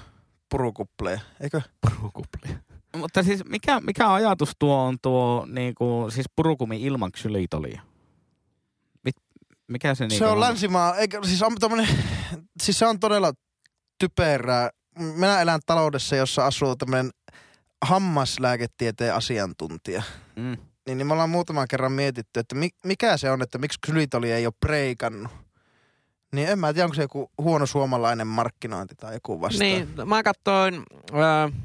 S5: Purukupleja, eikö?
S3: Purukuplia.
S4: Mutta siis mikä, mikä ajatus tuo on tuo niinku, siis purukumi ilman ksylitolia? Mit, mikä se,
S5: Niin
S4: niinku
S5: se on länsimaa, eikö, siis on tommonen, siis se on todella typerää. Minä elän taloudessa, jossa asuu tämmönen hammaslääketieteen asiantuntija.
S4: Mm.
S5: Niin, niin me ollaan muutaman kerran mietitty, että mi, mikä se on, että miksi ksylitoli ei ole preikannut. Niin en mä tiedä, onko se joku huono suomalainen markkinointi tai joku vasta.
S3: Niin, mä katsoin, öö,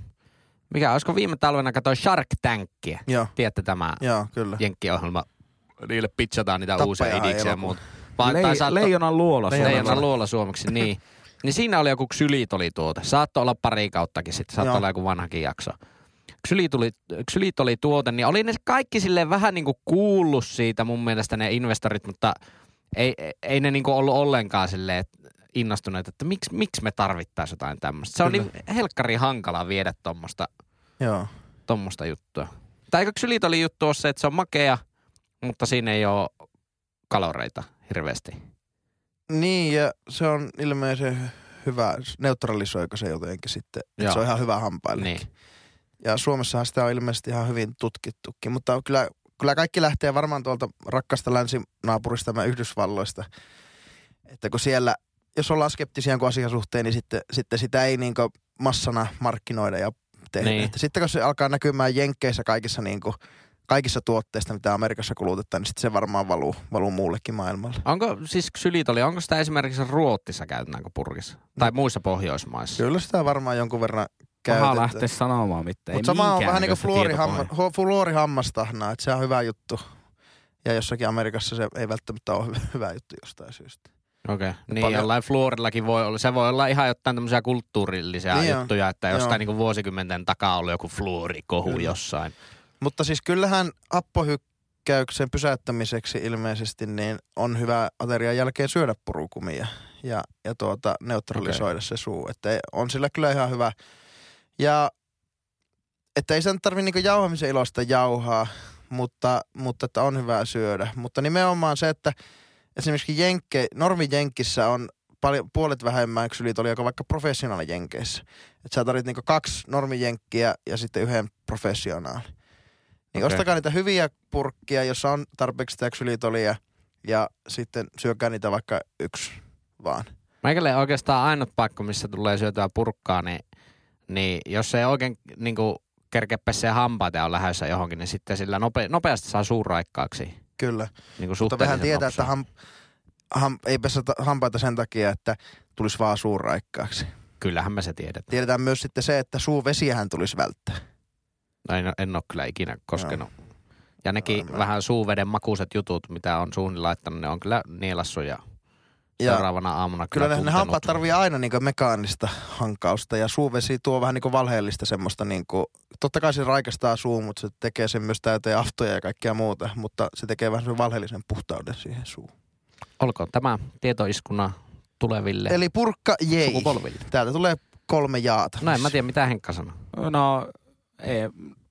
S3: mikä olisiko viime talvena, katsoin Shark Tankia.
S5: Joo,
S3: Tiedätte tämä
S5: joo, kyllä.
S3: jenkkiohjelma. Niille pitchataan niitä
S5: Tappajahan
S3: uusia idiksiä ja
S5: elokuva.
S3: muuta.
S4: Lei, leijonan luolassa.
S5: Leijonan
S3: Leijona
S5: luola.
S3: luola suomeksi, niin. Niin siinä oli joku ksylitolituote. Saatto olla pari kauttakin sitten, saatto
S5: Joo.
S3: olla joku vanhakin jakso. Ksylitoli, ksylitolituote, niin oli ne kaikki silleen vähän niin kuin kuullut siitä mun mielestä ne investorit, mutta ei, ei ne niin kuin ollut ollenkaan silleen että innostuneet, että miksi, miksi me tarvittaisiin jotain tämmöistä. Se oli helkkari hankala viedä tuommoista
S5: Joo.
S3: tommosta juttua. Tai eikö ksylitoli juttu ole se, että se on makea, mutta siinä ei ole kaloreita hirveästi.
S5: Niin, ja se on ilmeisen hyvä, neutralisoiko se jotenkin sitten. Et
S3: Joo.
S5: se on ihan hyvä hampaille.
S3: Niin.
S5: Ja Suomessahan sitä on ilmeisesti ihan hyvin tutkittukin, mutta kyllä, kyllä kaikki lähtee varmaan tuolta rakkaasta länsinaapuristamme Yhdysvalloista. Että kun siellä, jos ollaan skeptisiä jonkun asian suhteen, niin sitten, sitten sitä ei niin massana markkinoida ja tehdä.
S3: Niin.
S5: Niin. Sitten kun se alkaa näkymään Jenkeissä kaikissa, niin kuin, kaikissa tuotteista, mitä Amerikassa kulutetaan, niin sitten se varmaan valuu, valuu muullekin maailmalle.
S3: Onko siis ksylitoli, onko sitä esimerkiksi Ruotsissa käytetäänkö purkissa? Tai
S5: No.
S3: muissa Pohjoismaissa?
S5: Kyllä sitä varmaan jonkun verran
S4: Paha
S5: käytetään.
S4: lähteä sanomaan mitään.
S5: Mutta sama on vähän niin kuin
S4: fluorihamma.
S5: fluorihamma, hu- fluorihammastahnaa, että se on hyvä juttu. Ja jossakin Amerikassa se ei välttämättä ole hyvä, hyvä juttu jostain syystä.
S3: Okei. Okay. Niin
S5: paljon-
S3: jollain fluorillakin voi olla, se voi olla ihan jotain tämmöisiä kulttuurillisia
S5: Niin on.
S3: juttuja, että jostain
S5: Joo.
S3: niin vuosikymmenten takaa ollut joku fluorikohu
S5: Kyllä.
S3: jossain.
S5: Mutta siis kyllähän appohyökkäyksen pysäyttämiseksi ilmeisesti niin on hyvä aterian jälkeen syödä purukumia ja, ja tuota, neutralisoida okay. se suu. Että ei- on sillä kyllä ihan hyvä. Ja että ei sen tarvi niinku jauhamisen ilosta jauhaa, mutta, mutta että on hyvä syödä. Mutta nimenomaan se, että esimerkiksi jenkke, normi jenkissä on paljon, puolet vähemmän ksylitolia kuin vaikka professionaali jenkeissä. Että sä tarvit niinku kaksi normijenkkiä ja sitten yhden professionaalin. Niin
S3: Okei.
S5: ostakaa niitä hyviä purkkia, jossa on tarpeeksi sitä ksylitolia ja sitten syökää niitä vaikka yksi vaan.
S3: Meikälle oikeastaan ainut paikka, missä tulee syötyä purkkaa, niin, niin jos ei oikein niin kuin, kerkeä pesee hampaita ja on lähdössä johonkin, niin sitten sillä nope, nopeasti saa suurraikkaaksi.
S5: Kyllä.
S3: Niin kuin
S5: Mutta vähän tietää, että
S3: nopsaa.
S5: ham, ham, ei pesä ta- hampaita sen takia, että tulisi vaan suurraikkaaksi.
S3: Kyllähän me se tiedetään.
S5: Tiedetään myös sitten se, että suuvesiähän tulisi välttää.
S3: No en, en ole kyllä ikinä koskenut. Ja nekin
S5: Varmaan.
S3: vähän suuveden makuiset jutut, mitä on suunnilleen laittanut, ne on kyllä nielassu ja, ja
S5: Ja
S3: seuraavana aamuna kyllä,
S5: kyllä ne, ne
S3: tuntenut.
S5: hampaat tarvii aina niin mekaanista hankausta ja suuvesi tuo vähän niin valheellista semmoista. Niin kuin, totta kai se raikastaa suun, mutta se tekee sen myös täyteen aftoja ja kaikkea muuta, mutta se tekee vähän semmoisen valheellisen puhtauden siihen suuhun.
S3: Olkoon tämä tietoiskuna tuleville
S5: Eli purkka jei.
S3: sukupolville.
S5: Täältä tulee kolme jaata.
S3: No en mä tiedä, mitä Henkka sanoo.
S4: No, ei,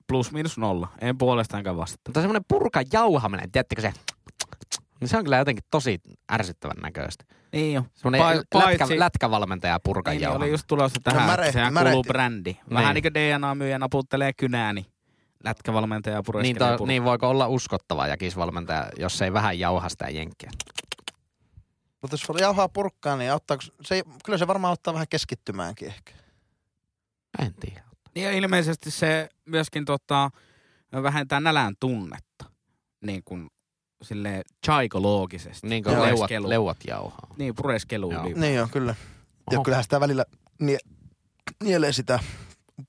S4: plus miinus nolla. En puolestaankään vastaa.
S3: Mutta semmoinen purkan jauhaminen, tiedättekö se? Niin se on kyllä jotenkin tosi ärsyttävän näköistä.
S4: Niin jo.
S3: Semmoinen
S4: Pa-
S3: lätkä,
S4: paitsi-
S3: lätkävalmentaja purkan
S4: Niin, niin,
S3: jauhaminen.
S4: oli just tulossa tähän,
S5: No,
S4: no,
S5: märehti-
S4: sehän
S5: märehti-
S4: kuuluu brändi. Vähän niin
S3: Niin.
S4: kuin DNA-myyjä naputtelee kynää, niin lätkävalmentaja
S3: niin,
S4: pureskelee
S3: to, niin voiko olla uskottava jakisvalmentaja, jos ei vähän jauha sitä jenkkiä?
S5: Mutta jos jauhaa purkkaa, niin auttaako, se, ei- kyllä se varmaan ottaa vähän keskittymäänkin ehkä.
S3: En tiedä.
S4: Niin ja ilmeisesti se myöskin tota, vähentää nälän tunnetta, niin kuin sille psykologisesti.
S3: Niin kuin leuat,
S4: Pureskelu.
S3: leuat jauhaa.
S4: Niin, pureskelu.
S3: Joo.
S4: Niin.
S5: Niin joo, kyllä. Ja
S3: Oho.
S5: kyllähän sitä välillä nie, nielee sitä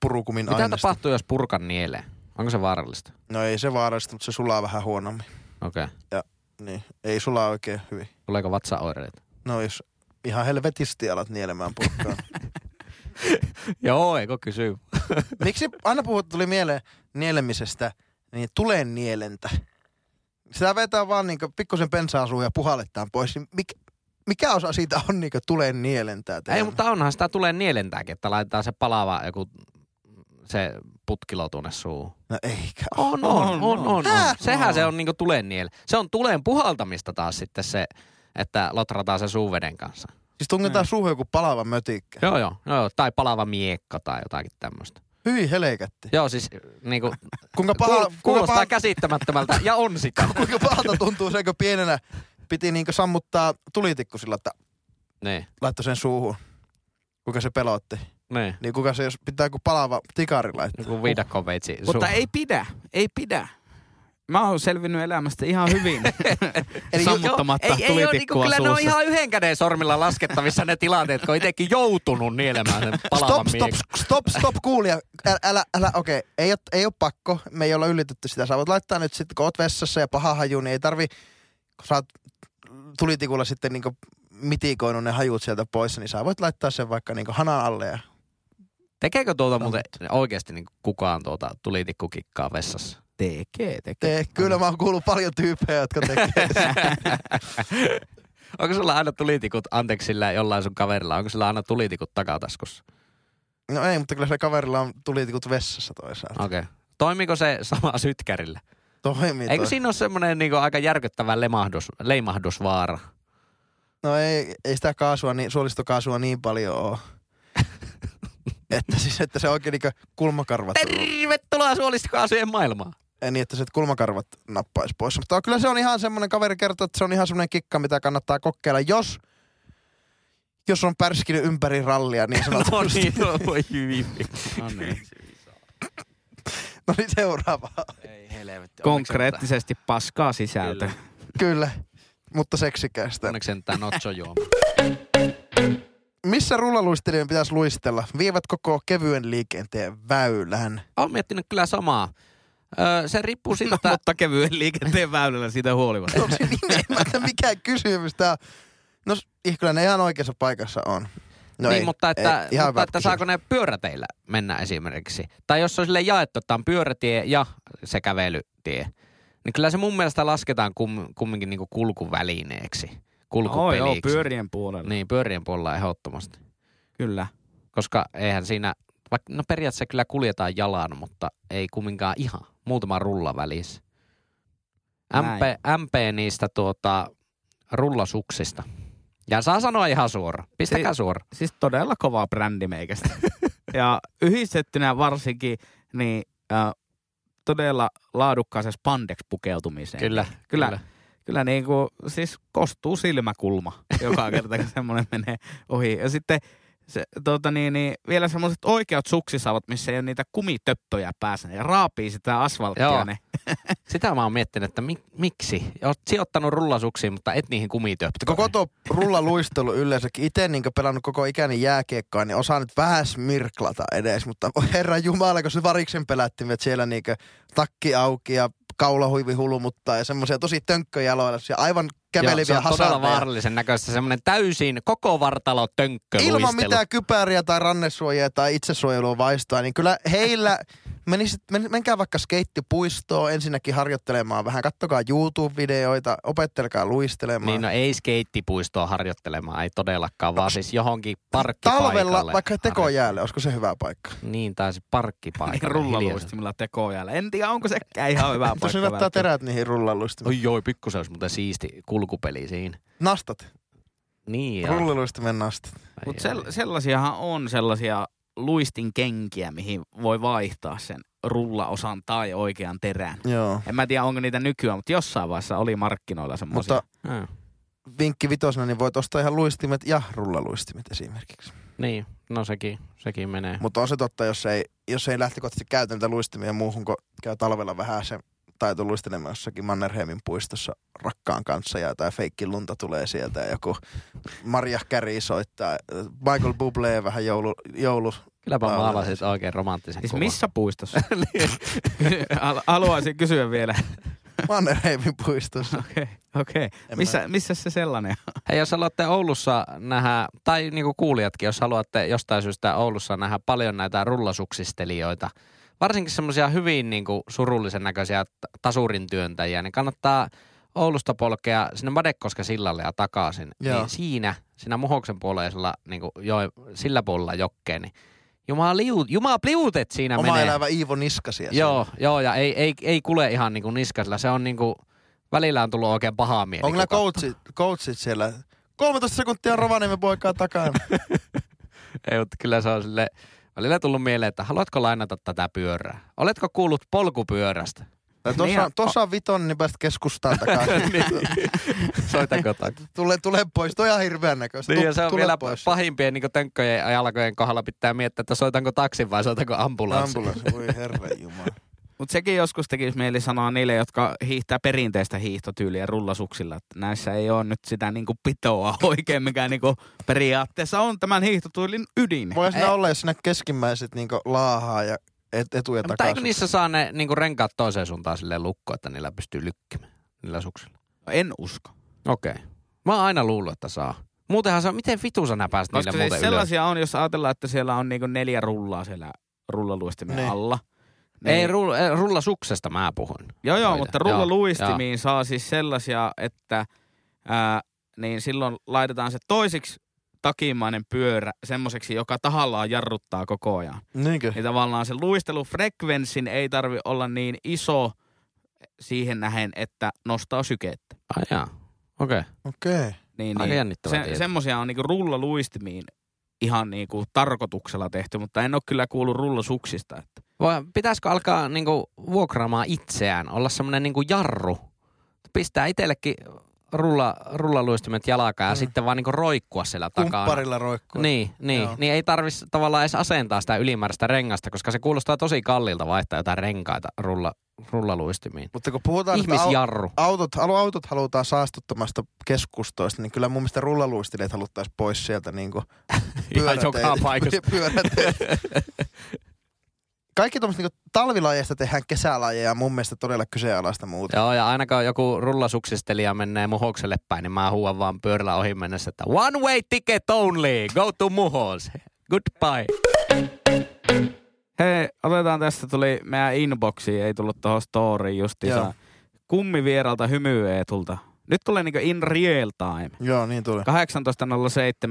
S5: purukumin
S3: Mitä
S5: aineesta.
S3: tapahtuu, jos purkan nielee? Onko se vaarallista?
S5: No ei se vaarallista, mutta se sulaa vähän huonommin.
S3: Okei. Okay.
S5: Niin, ei sulaa oikein hyvin.
S3: Tuleeko vatsaoireita?
S5: No jos ihan helvetisti alat nielemään purkkaa.
S3: Joo, eikö kysy.
S5: Miksi aina puhut, tuli mieleen nielemisestä, niin tulee nielentä. Sitä vetää vaan niinku pikkusen pensaa suuhun ja puhalletaan pois. Niin Mikä, mikä osa siitä on niinku tulee nielentää?
S3: Ei,
S5: teillä?
S3: mutta onhan sitä tulee nielentääkin, että laitetaan se palaava joku se putkilo tuonne suuhun.
S5: No eikä. oo.
S3: On, on, on, on. on.
S5: Häh?
S3: Sehän se on niinku tulen niele. Se on tulen puhaltamista taas sitten se, että lotrataan se suuveden kanssa.
S5: Siis
S3: Mm.
S5: tungetaan suuhun joku palava mötikkä.
S3: Joo, joo, joo, joo. Tai palaava miekka tai jotakin tämmöistä.
S5: Hyi helekatti.
S3: Joo, siis niinku,
S5: Kuinka, paha,
S3: kuul-
S5: kuinka,
S3: kuulostaa
S5: paha,
S3: käsittämättömältä ja on sitä.
S5: kuinka pahalta tuntuu se, kun pienenä piti niinku sammuttaa tulitikku sillä, että
S3: niin,
S5: laittoi sen suuhun. Kuinka se pelotti.
S3: niin.
S5: Niin kuinka se, jos pitää joku palava tikari laittaa.
S3: Niin, Joku viidakon Niinku veitsi.
S4: Mutta
S3: suuhun.
S4: ei pidä, ei pidä. Mä oon selvinnyt elämästä ihan hyvin.
S5: Eli
S4: Eli
S5: ju-
S4: Sammuttamatta
S3: joo, ei, ei ole, niinku,
S4: tulitikkua
S3: kyllä ne on
S4: suussa.
S3: ihan yhden käden sormilla laskettavissa ne tilanteet, kun on itsekin joutunut nielemään sen palavan
S5: Stop, stop,
S3: miehen.
S5: stop, stop, kuulija. Älä, älä, älä okei. Ei, oo, ei ole pakko. Me ei olla ylitetty sitä. Sä voit laittaa nyt sitten, kun oot vessassa ja paha haju, niin ei tarvi, kun sä oot tulitikulla sitten niinku mitikoinut ne hajut sieltä pois, niin sä voit laittaa sen vaikka niinku hanan alle ja
S3: Tekeekö tuota muuten oikeasti niin kukaan tuota tulitikkukikkaa vessassa?
S4: Tekee, tekee.
S3: Niin.
S5: Te, kyllä mä oon kuullut paljon tyyppejä, jotka tekee sitä.
S3: Onko sulla aina tulitikut, anteeksi sillä jollain sun kaverilla, onko sillä aina tulitikut takataskussa?
S5: No ei, mutta kyllä se kaverilla on tulitikut vessassa toisaalta.
S3: Okei. Okay. Toimiiko se sama sytkärillä?
S5: Toimii
S3: Eikö
S5: Niin toi.
S3: siinä ole semmoinen niinku aika järkyttävä lemahdus, leimahdusvaara?
S5: No ei, ei sitä kaasua, niin, suolistokaasua niin paljon oo. että siis, että se oikein niinku kulmakarvat,
S3: Tervetuloa suolistokaasujen maailmaan.
S5: ei niin että se kulmakarvat nappaisi pois. Mutta kyllä se on ihan semmoinen, kaveri kertoo, että se on ihan semmoinen kikka, mitä kannattaa kokeilla, jos, jos on pärskinyt ympäri rallia niin sanotusti.
S3: No niin, joo, voi hyvin.
S4: No niin.
S5: no niin seuraava.
S3: Ei helvetti.
S4: Konkreettisesti paskaa sisältö.
S5: kyllä, mutta seksikästä.
S3: Onneksi sentään notsojuoma.
S5: Missä rullaluistelijan pitäisi luistella? Viivät koko kevyen liikenteen väylän.
S3: Olen miettinyt kyllä samaa. Öö, se riippuu
S5: No,
S3: siitä, että...
S4: Mutta kevyen liikenteen väylällä siitä huolimatta.
S5: Onko se niin, en mä tiedä, mikä kysymys tää on. No s- ih, kyllä ne ihan oikeassa paikassa on. No
S3: niin,
S5: ei,
S3: mutta että,
S5: ei,
S3: ei,
S5: ihan
S3: mutta
S5: hyvä
S3: että
S5: kysymys.
S3: saako ne pyöräteillä mennä esimerkiksi? Tai jos on sille jaettu, että on pyörätie ja se kävelytie, niin kyllä se mun mielestä lasketaan kum, kumminkin niin kulkuvälineeksi,
S4: Oh,
S3: kulkupeliksi.
S4: joo, pyörien puolella. Niin.
S3: Niin, pyörien puolella ehdottomasti.
S4: Kyllä.
S3: Koska eihän siinä, vaikka, no periaatteessa kyllä kuljetaan jalan, mutta ei kumminkaan ihan. Muutama rulla välissä. MP, MP niistä tuota, rullasuksista. Ja saa sanoa ihan suora. Pistäkää
S4: Ei-
S3: suora.
S4: Siis todella kovaa brändi meikästä. ja yhdistettynä varsinkin, niin äh, todella laadukkaaseen spandex-pukeutumiseen.
S3: Kyllä,
S4: Kyllä, kyllä. kyllä niin kuin, siis kostuu silmäkulma joka kerta, kun semmoinen menee ohi. Ja sitten se, tota niin, niin, vielä semmoiset oikeat suksisavat, missä ei ole niitä kumitöppöjä päässä. Ja raapii sitä asfalttia
S3: Joo.
S4: Joo. ne.
S3: Sitä mä oon miettinyt, että mi- miksi? Oot sijoittanut rullasuksiin, mutta et niihin kumitöptöihin.
S5: Koko tuo rullaluistelu yleensäkin, itse niin pelannut koko ikäni jääkiekkoa, niin osaan nyt vähän smirklata edes, mutta voi herra jumala, kun se variksen pelättimet siellä niin takki auki ja kaulahuivi hulmuttaa ja semmoisia tosi tönkköjaloilla, ja aivan
S3: Joo, se
S5: käveleviä
S3: on todella
S5: hasardeja.
S3: vaarallisen näköistä, semmoinen täysin koko vartalo tönkkö
S5: Ilman mitään kypäriä tai rannesuojia tai itsesuojelua vaistoa, niin kyllä heillä, menisit, men, menkää vaikka skeittipuistoon ensinnäkin harjoittelemaan vähän, kattokaa YouTube-videoita, opettelkaa luistelemaan.
S3: Niin no ei skeittipuistoa harjoittelemaan, ei todellakaan, vaan siis johonkin parkkipaikalle.
S5: Talvella vaikka tekojäälle, olisiko se hyvä paikka?
S3: harjo- Niin, tai siis parkkipaikalle.
S4: Niin rullaluistimilla tekojäällä. En tiedä, onko sekään ihan hyvä
S5: Mutta
S4: paikka.
S5: se näyttää
S4: välttämättä.
S5: terät niihin rullaluistimiin.
S3: Oi joo, pikkusen olisi muuten siisti kulkupeli siinä.
S5: Nastat.
S3: Niin joo.
S5: Rullaluistimien nastat.
S3: Ai
S4: Mutta
S3: ai.
S4: sel- sellaisiahan on sellaisia luistin kenkiä, mihin voi vaihtaa sen rullaosan tai oikean terän.
S5: Joo.
S4: En mä tiedä, onko niitä nykyään, mutta jossain vaiheessa oli markkinoilla semmoisia.
S5: Mutta
S3: Ah,
S5: vinkki vitosena, niin voit ostaa ihan luistimet ja rullaluistimet esimerkiksi.
S3: Niin, no sekin, sekin menee.
S5: Mutta on se totta, jos ei, jos ei lähtökohtaisesti käytä niitä luistimia muuhun, kun käy talvella vähän se taitu luistelemaan jossakin Mannerheimin puistossa rakkaan kanssa ja jotain feikki lunta tulee sieltä ja joku Marja Käri soittaa. Michael Bublé vähän joulu, joulu.
S3: Kylläpä
S5: Talvella
S3: maalasit oikein romanttisen
S4: siis
S3: kuvan. Niin.
S4: missä puistossa? Hal- Haluaisin kysyä vielä.
S5: Mannerheimin puistossa.
S4: Okei, okei.
S5: En
S4: Missä, missä se sellainen on?
S3: Hei, jos haluatte Oulussa nähdä, tai niinku kuulijatkin, jos haluatte jostain syystä Oulussa nähdä paljon näitä rullasuksistelijoita, varsinkin semmoisia hyvin niinku surullisen näköisiä t- tasurin työntäjiä, niin kannattaa Oulusta polkea sinne Madekoska sillalle ja takaisin.
S5: Joo.
S3: Niin siinä, siinä Muhoksen puoleisella, niinku joe, sillä puolella jokkeen, niin jumaliu, jumapliutet siinä
S5: Oma
S3: menee.
S5: elävä Iivo Niskasia.
S3: Joo, joo, ja ei, ei, ei kule ihan niinku niskasilla. Se on niinku, välillä on tullut oikein pahaa mieli.
S5: Onko nämä
S3: kun
S5: coachit, coachit siellä? 13 sekuntia Rovaniemen poikaa takana.
S3: Ei, mutta kyllä se on sille välillä tullut mieleen, että haluatko lainata tätä pyörää? Oletko kuullut polkupyörästä?
S5: No,
S4: Niin
S5: Tuossa,
S4: on.
S5: tuossa on viton, niin päästä keskustaan takaa.
S3: Niin. Soita kotiin.
S5: tule, tule pois, toi on ihan hirveän näköistä.
S3: Niin,
S5: Tu-
S3: ja se on
S5: tule
S3: vielä
S5: pois.
S3: pahimpien niin jalkojen ja jalkojen kohdalla pitää miettiä, että soitanko taksin vai soitanko ambulanssin.
S5: Ambulanssi, voi herra jumala.
S4: Mutta sekin joskus tekisi mieli sanoa niille, jotka hiihtää perinteistä hiihtotyyliä rullasuksilla, että näissä ei ole nyt sitä niinku pitoa oikein, mikä niinku periaatteessa on tämän hiihtotyylin ydin.
S5: Voi
S3: Ei.
S5: siinä olla, jos sinne keskimmäiset niinku laahaa ja et, etu- ja
S3: Mutta eikö
S5: takaisin.
S3: niissä saa ne niinku renkaat toiseen suuntaan silleen lukko, että niillä pystyy lykkimään niillä suksilla?
S4: En usko.
S3: Okei. Okay. Mä oon aina luullut, että saa. Muutenhan se on, miten vitu sä näpäät niillä
S4: Koska
S3: muuten
S4: siis
S3: ylös?
S4: sellaisia on, jos ajatellaan, että siellä on niinku neljä rullaa siellä rullaluistimen
S5: Niin.
S4: alla. Niin.
S3: Ei, rulla, ei, rullasuksesta mä puhun.
S4: Joo, joo,
S3: Noita.
S4: mutta
S3: Joo,
S4: rullaluistimiin saa siis sellaisia, että ää, niin silloin laitetaan se toisiksi takimainen pyörä semmoiseksi, joka tahallaan jarruttaa koko ajan.
S5: Niinkö?
S4: Niin tavallaan se luistelufrekvenssin ei tarvi olla niin iso siihen nähen, että nostaa sykettä.
S3: Ai jaa. Okei. Okay.
S5: Okei. Okay.
S4: Niin,
S3: Aika
S4: niin,
S3: jännittävä
S4: se,
S3: tieto.
S4: semmoisia on niinku rullaluistimiin ihan niinku tarkoituksella tehty, mutta en ole kyllä kuullut rullasuksista. Että.
S3: Voi, pitäisikö alkaa niinku vuokraamaan itseään, olla semmoinen niinku jarru? Pistää itsellekin rulla, rullaluistimet jalkaa
S5: Mm.
S3: ja sitten vaan niinku roikkua siellä takana.
S5: Kumpparilla roikkuu.
S3: Niin, niin,
S5: Joo.
S3: niin ei tarvitsisi tavallaan edes asentaa sitä ylimääräistä rengasta, koska se kuulostaa tosi kalliilta vaihtaa jotain renkaita rulla, rullaluistimiin.
S5: Mutta kun puhutaan, että au-
S3: Ihmisjarru.
S5: autot, halu- autot halutaan saastuttomasta keskustoista, niin kyllä mun mielestä rullaluistileet haluttaisiin pois sieltä niin kuin
S3: Ihan joka paikassa.
S5: pyöräteitä. Kaikki tuommoista niin talvilajeista tehdään kesälajeja ja mun mielestä todella kyseenalaista muuta.
S3: Joo, ja aina kun joku rullasuksistelija menee muhokselle päin, niin mä huuan vaan pyörällä ohi mennessä, että one way ticket only, go to muhos, goodbye.
S4: Hei, otetaan tästä, tuli meidän inboxiin, ei tullut tuohon storyin justiinsa.
S5: Joo.
S4: Kummi vieralta hymy Eetulta. Nyt tulee niinku in real time.
S5: Joo, niin tulee.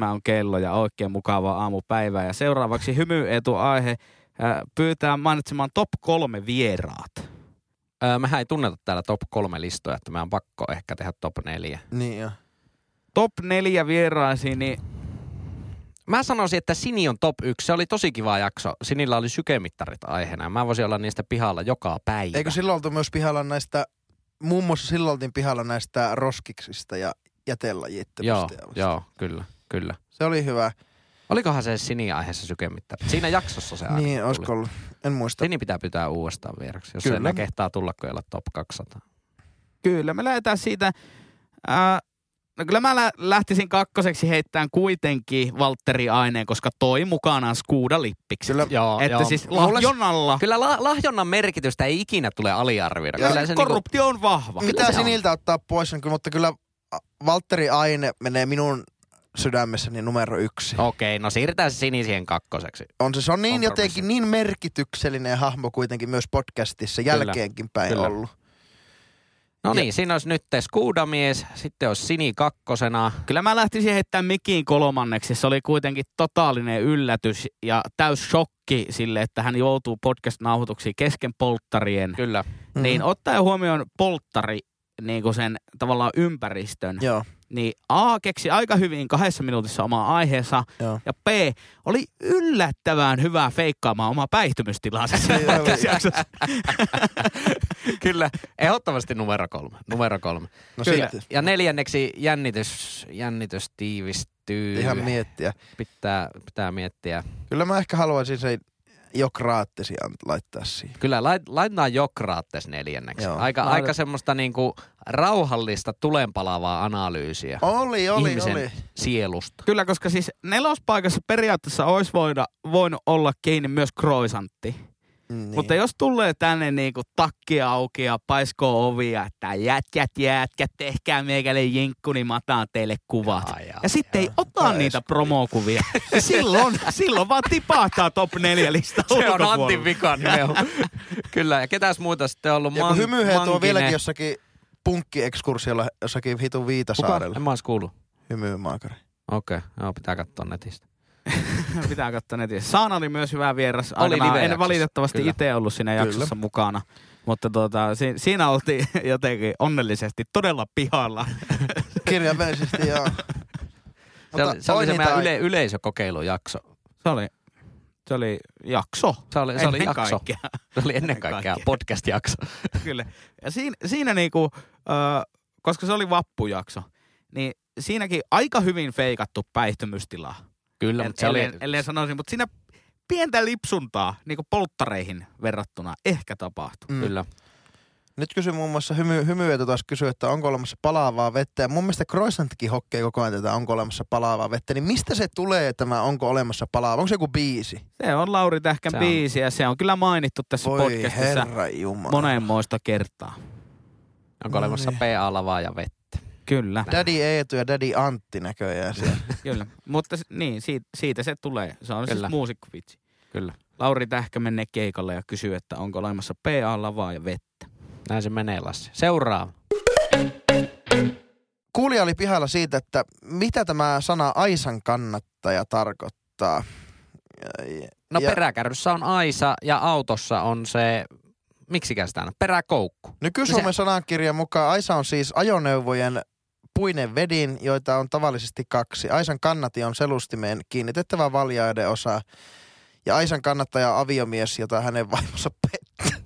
S4: 18.07 on kello ja oikein mukavaa aamupäivää. Ja seuraavaksi hymy Eetu aihe ää, pyytää mainitsemaan top kolme vieraat.
S3: Öö, mehän ei tunneta täällä top kolme listoja, että meidän on pakko ehkä tehdä top neljä.
S5: Niin joo.
S4: Top neljä vieraisiin, niin
S3: Mä sanoisin, että Sini on top yksi. Se oli tosi kiva jakso. Sinillä oli sykemittarit aiheena. Mä voisin olla niistä pihalla joka päivä.
S5: Eikö silloin oltu myös pihalla näistä, muun muassa silloin oltiin pihalla näistä roskiksista ja
S3: Joo,
S5: jätelajittomista.
S3: joo, kyllä, kyllä.
S5: Se oli hyvä.
S3: Olikohan se Sini-aiheessa sykemittarit? Siinä jaksossa se aina
S5: niin,
S3: tuli.
S5: olisiko ollut? En muista.
S3: Sini pitää pitää uudestaan vieraksi, jos
S5: Kyllä.
S3: se enää kehtaa tulla, kun ei ole top 200.
S4: kyllä me lähdetään siitä. Ää, no kyllä mä lä- lähtisin kakkoseksi heittämään kuitenkin Valtteri Aineen, koska toi mukanaan skuuda lippiksi.
S5: Kyllä,
S3: Joo,
S4: Että
S3: joo.
S4: siis
S3: Mulle-
S4: lahjonnalla
S3: Kyllä la- lahjonnan merkitystä ei ikinä tule aliarvioida.
S5: Joo,
S3: Kyllä se niinku,
S4: korruptio on vahva.
S3: Kyllä
S5: mitä
S3: se on.
S5: siniltä ottaa pois, on kyllä, mutta kyllä Valtteri Aine menee minun sydämessäni numero yksi.
S3: Okei, no siirretään se Sini siihen kakkoseksi.
S5: On se, se on niin
S3: Kompromissi.
S5: jotenkin niin merkityksellinen hahmo kuitenkin myös podcastissa
S3: Kyllä,
S5: jälkeenkin päin
S3: kyllä.
S5: ollut.
S3: No niin, siinä olisi nyt Skuudamies, sitten olisi Sini kakkosena.
S4: Kyllä mä lähtisin heittämään Mikin kolmanneksi. Se oli kuitenkin totaalinen yllätys ja täys shokki sille, että hän joutuu podcast-nauhoituksiin kesken polttarien.
S3: Kyllä.
S5: Mm.
S4: Niin ottaen huomioon polttari niin kuin sen tavallaan ympäristön,
S5: Joo,
S4: niin A keksi aika hyvin kahdessa minuutissa omaa aiheensa
S5: joo.
S4: ja B oli yllättävän hyvä feikkaamaan omaa päihtymystilansa.
S5: Niin oli.
S3: Kyllä, ehdottomasti numero kolme. Numero kolme.
S5: No
S4: Kyllä.
S5: sitten,
S3: Ja neljänneksi jännitys, jännitys tiivistyy.
S5: ihan miettiä.
S3: pitää, pitää miettiä.
S5: Kyllä mä ehkä haluaisin sen jokraattisi an- laittaa siihen.
S3: Kyllä, lait, laitetaan jokraattes neljänneksi.
S5: Joo.
S3: Aika,
S4: Laitet-
S3: aika semmoista niinku rauhallista tulenpalavaa analyysiä
S5: Oli, oli,
S3: Ihmisen-
S5: oli.
S3: sielusta.
S4: Kyllä, koska siis nelospaikassa periaatteessa olisi voida, voinut olla kiinni myös kroisantti.
S5: Niin.
S4: Niin. Mutta jos tulee tänne niinku takki auki ja paiskoo ovia, että jätkät, jätkät, tehkää meikälle jinkku, niin mä otan teille kuvat.
S3: Ai, ai,
S4: ja sitten ei ota
S5: Ai,
S4: niitä
S5: Eskuli.
S4: promokuvia. Ja silloin, silloin vaan tipahtaa top 4 listaa
S3: Se on
S4: ulkopuolelle.
S3: Antin vika nimenomaan. Kyllä, ja ketäs muuta sitten on ollut?
S5: ja kun
S3: Man-
S5: hymyheet on
S3: Mankinen.
S5: vieläkin jossakin punkkiekskursiolla jossakin hitun
S3: Kuka?
S5: Viitasaarella.
S3: En mä ois kuullut.
S5: Hymymaakari.
S3: Okei, okay. joo, pitää katsoa netistä.
S4: Pitää katsoa netissä. Saana oli myös hyvä vieras.
S3: Oli
S4: aikanaan. en
S3: live-jaksossa,
S4: valitettavasti
S3: kyllä.
S4: itse ollut siinä
S5: Kyllä.
S4: jaksossa mukana. Mutta tuota, si- siinä oltiin jotenkin onnellisesti todella pihalla.
S5: Kirjaimellisesti joo.
S3: Se oli, se oli se
S5: niitä
S3: meidän
S5: ai-
S3: yle, yleisökokeilujakso.
S4: Se oli, se oli jakso.
S3: Se oli, se oli
S4: Ennen
S3: jakso.
S4: kaikkea.
S3: Se oli ennen kaikkea
S4: kaikkea.
S3: podcast-jakso.
S4: Kyllä. Ja siinä, siinä niinku, ö, koska se oli vappujakso, niin siinäkin aika hyvin feikattu päihtymystilaa.
S3: Kyllä,
S4: En,
S3: mutta se oli...
S4: ellen, ellen sanoisin, mutta siinä pientä lipsuntaa niin kuin polttareihin verrattuna ehkä tapahtuu.
S5: Mm.
S3: Kyllä.
S5: Nyt kysyn muun muassa hymy, hymyöitä taas kysyy, että onko olemassa palaavaa vettä. Ja mun mielestä Croissantkin hokkee koko ajan tätä, onko olemassa palaavaa vettä. Niin mistä se tulee tämä, onko olemassa palaavaa? Onko se joku biisi?
S4: Se on Lauri Tähkän
S3: Se on.
S4: biisi ja se on kyllä mainittu tässä
S5: Voi
S4: podcastissa
S5: herra jumala.
S4: monenmoista kertaa.
S5: No
S3: Onko olemassa
S5: niin.
S3: PA-lavaa ja vettä?
S4: Kyllä,
S5: Daddy Eetu ja Daddy Antti näköjään siellä.
S4: kyllä. Mutta s- niin, siitä, siitä se tulee. Se on
S3: Kyllä.
S4: siis muusikkovitsi.
S3: Kyllä.
S4: Lauri Tähkä menee keikalle ja kysyy, että onko olemassa PA-lavaa ja vettä.
S3: Näin se menee, Lassi. Seuraava.
S5: Kuulija oli pihalla siitä, että mitä tämä sana Aisan kannattaja tarkoittaa. Ja-
S3: No
S5: ja
S3: peräkärryssä on Aisa ja autossa on se, miksikä sitä on, peräkoukku. No
S5: Nyky-Suomen No sanankirjan mukaan Aisa on siis ajoneuvojen puinen vedin, joita on tavallisesti kaksi. Aisan kannati on selustimeen kiinnitettävä valjaiden osa. Ja Aisan kannattaja on aviomies, jota hänen vaimonsa pettää.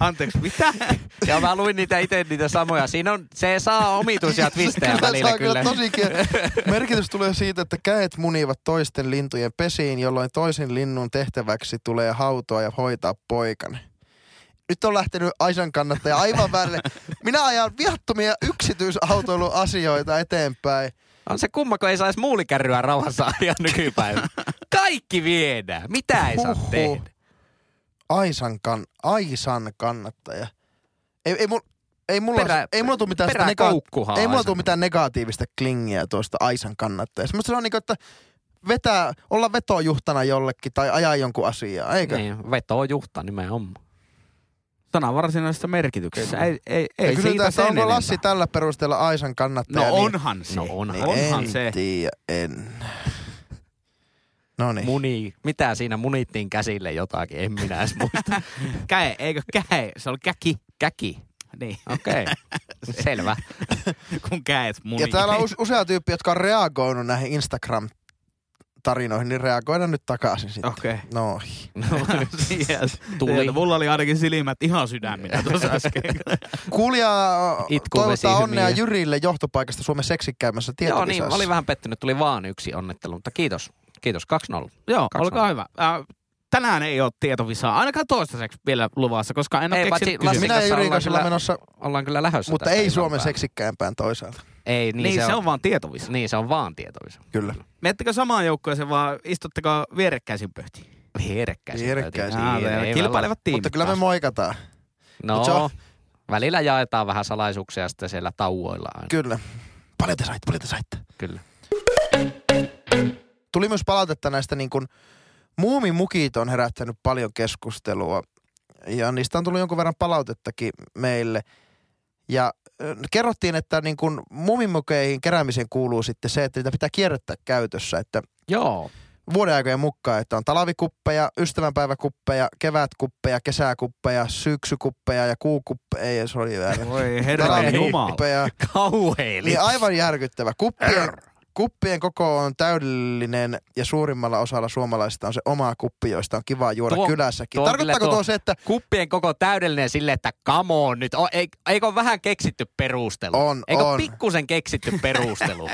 S4: Anteeksi, mitä?
S3: Ja mä luin niitä itse niitä samoja. Siinä on, se saa omituisia twistejä
S5: se
S3: välillä
S5: on
S3: kyllä.
S5: tosi kie- Merkitys tulee siitä, että käet munivat toisten lintujen pesiin, jolloin toisen linnun tehtäväksi tulee hautoa ja hoitaa poikane. Nyt on lähtenyt Aisan kannattaja aivan välle. Minä ajan viattomia yksityisautoiluasioita eteenpäin.
S3: On se kumma, kun ei saisi muulikärryä rauhassa ajaa nykypäivänä. Kaikki viedään. Mitä ei saa
S5: Huhhuh.
S3: tehdä?
S5: Aisan, kan, Aisan kannattaja. Ei, ei, mun, ei mulla,
S3: Perä-
S5: Perä, ei mulla tule mitään, sitä
S3: peräkoukkuhan
S5: nega- ei mulla
S3: Aisan-
S5: tule mitään negatiivista klingiä tuosta Aisan kannattajasta. Mutta se on niinku, että vetää, olla vetojuhtana jollekin tai ajaa jonkun asiaa, eikö? Niin.
S3: Niin, vetoo juhta nimenomaan.
S4: Sanan varsinaisessa merkityksessä.
S3: Kyllä.
S4: Ei, ei,
S5: Ei
S4: ei siitä
S5: kysytään, että
S4: sen
S5: onko
S4: enempää.
S5: Lassi tällä perusteella Aisan
S4: No
S5: kannattaja.
S4: onhan se.
S3: No onhan.
S5: niin, niin
S4: onhan
S5: en
S4: se.
S5: tiedä, en. No niin.
S3: Muni, mitä siinä munittiin käsille jotakin, en minä edes muista.
S4: Käe, eikö käe? Se oli käki.
S3: Käki.
S4: Niin,
S3: Okei, selvä.
S4: kun käet muni.
S5: Ja täällä on use- usea tyyppi, jotka on reagoinut näihin Instagram-tarinoihin, niin reagoidaan nyt takaisin sitten.
S4: Okei. Okay.
S5: No
S4: yes.
S3: Tuli.
S4: Mulla oli ainakin silmät ihan
S5: Niin.
S4: sydämillä tuossa äsken.
S5: Kuulija
S3: Itkuvesi
S5: toivottaa
S3: hymiö.
S5: onnea Jyrille johtopaikasta Suomen seksikkäimmässä
S3: Joo, niin,
S5: tietokisassa.
S3: oli vähän pettynyt, tuli vaan yksi onnettelu, mutta kiitos. Kiitos, 2-0.
S4: Joo,
S3: Kaksi
S4: olkaa hyvä. Äh, tänään ei ole tietovisaa, ainakaan toistaiseksi vielä luvassa, koska en ole
S3: Ei,
S4: keksinyt
S3: paitsi
S4: kysymyksiä.
S3: Lassi-
S5: Minä ja
S3: Tässä
S5: Jyrin
S3: ollaan
S5: kanssa
S3: kyllä-
S5: ollaan menossa,
S3: Ollaan kyllä lähdössä
S5: mutta
S3: tästä
S5: ei
S3: ilman
S5: Suomen
S3: päälle.
S5: seksikkäimpään toisaalta.
S3: Ei, niin,
S4: Niin, se,
S3: on,
S4: on vaan tietovisa.
S3: niin se on vaan tietovisa.
S5: Kyllä.
S4: Miettikö samaan joukkueeseen vaan istuttakaa vierekkäisin pöytiin?
S3: Vierekkäisiä.
S5: Vierekkäisiä.
S3: pöytiä.
S4: Jaa,
S3: Niin,
S4: ne
S3: ei välillä.
S4: kilpailevat tiimit.
S5: Mutta kyllä me
S4: taas.
S5: moikataan.
S3: No,
S5: Mut se on-
S3: välillä jaetaan vähän salaisuuksia sitten siellä tauoilla aina.
S5: Kyllä. Paljon te saitte, paljon te saitte.
S3: Kyllä.
S5: Tuli myös palautetta näistä niin kuin, muumimukit on herättänyt paljon keskustelua. Ja niistä on tullut jonkun verran palautettakin meille. Ja ö, kerrottiin, että niin kuin muumimukeihin keräämiseen kuuluu sitten se, että niitä pitää kierrättää käytössä. Että
S3: Joo,
S5: vuoden aikojen mukaan, että on talvikuppeja, ystävänpäiväkuppeja, kevätkuppeja, kesäkuppeja, syksykuppeja ja kuukuppeja, ei sori väärä.
S4: Voi herra jumala.
S5: Talvikuppeja,
S3: kauheili.
S5: niin aivan järkyttävä. Kuppien, kuppien koko on täydellinen ja suurimmalla osalla suomalaisista on se oma kuppi, joista on kiva juoda
S3: Tuo-
S5: tuo, kylässäkin.
S3: tuo on
S5: Tarkoittaako
S3: kyllä tuo-
S5: tuo se, että
S3: Kuppien koko täydellinen sille, että come on nyt. O, ei, eikö ole vähän keksitty perustelu?
S5: On,
S3: eikö
S5: on.
S3: pikkusen keksitty perustelu?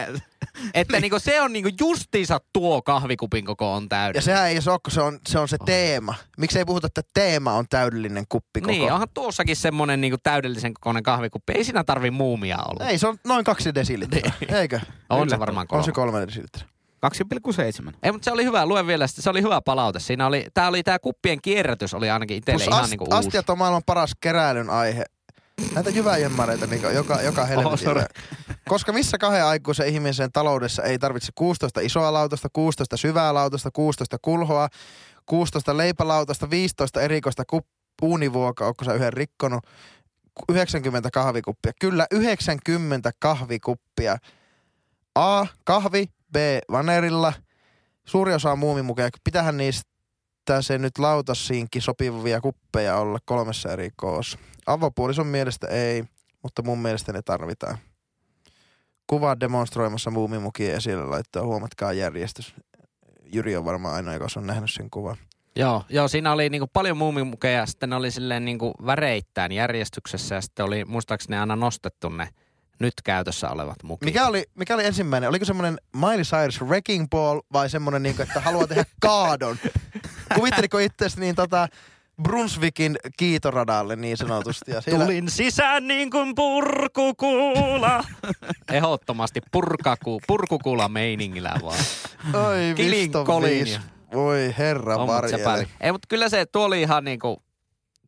S3: että niinku se on niinku justiinsa tuo kahvikupin koko on
S5: ja
S3: täydellinen.
S5: sehän ei se ole, kun se on se,
S3: Oh.
S5: on se teema. Miksi ei puhuta, että teema on täydellinen kuppi koko?
S3: Niin, onhan tuossakin semmonen niinku täydellisen kokoinen kahvikuppi. Ei siinä tarvi muumia olla. Niin.
S5: Ei, se on noin kaksi desilitriä, eikö?
S3: on se varmaan kolme.
S5: On se kolme desilitriä.
S4: 2,7.
S3: Ei, mutta se oli hyvä, luen vielä sitä, se oli hyvä palaute. Siinä oli, tää oli tää kuppien kierrätys oli ainakin itselle
S5: Plus
S3: ihan
S5: ast-
S3: niinku uusi.
S5: astiat on maailman paras keräilyn aihe. Näitä jyväjemmareita niin joka, joka
S3: sorry.
S5: helvetillä. Koska missä kahden aikuisen ihmisen taloudessa ei tarvitse 16 isoa lautasta, 16 syvää lautasta, 16 kulhoa, 16 leipälautasta, 15 erikoista kup- uunivuokaa, onko sä yhden rikkonut, ku- 90 kahvikuppia. Kyllä, 90 kahvikuppia. A. Kahvi, B. Vanerilla. Suuri osa on muumimukeja. Pitähän niistä se nyt lautasiinkin sopivia kuppeja olla kolmessa eri koossa. Avopuolison mielestä ei, mutta mun mielestä ne tarvitaan. Kuva demonstroimassa muumimukien esille laittaa huomatkaa järjestys. Jyri on varmaan ainoa, joka on nähnyt sen kuvan.
S3: Joo, joo, siinä oli niinku paljon muumimukeja, sitten ne oli silleen niinku väreittäin järjestyksessä ja sitten oli muistaakseni aina nostettu ne, nyt käytössä olevat mukit.
S5: Mikä oli, mikä oli ensimmäinen? Oliko semmoinen Miley Cyrus Wrecking Ball vai semmoinen, niin että haluaa tehdä kaadon? Kuvitteliko itseäsi niin tota Brunsvikin kiitoradalle niin sanotusti? Ja siellä,
S3: Tulin sisään niin kuin purkukuula. Ehdottomasti purkaku, purkukuula meiningillä vaan.
S5: Oi,
S3: Kilin
S5: visto
S3: kolin
S5: viis.
S3: ja-
S5: Voi herra
S3: On, mut se
S5: varjele.
S3: pärjää. Ei, mutta kyllä se, tuo oli ihan niinku,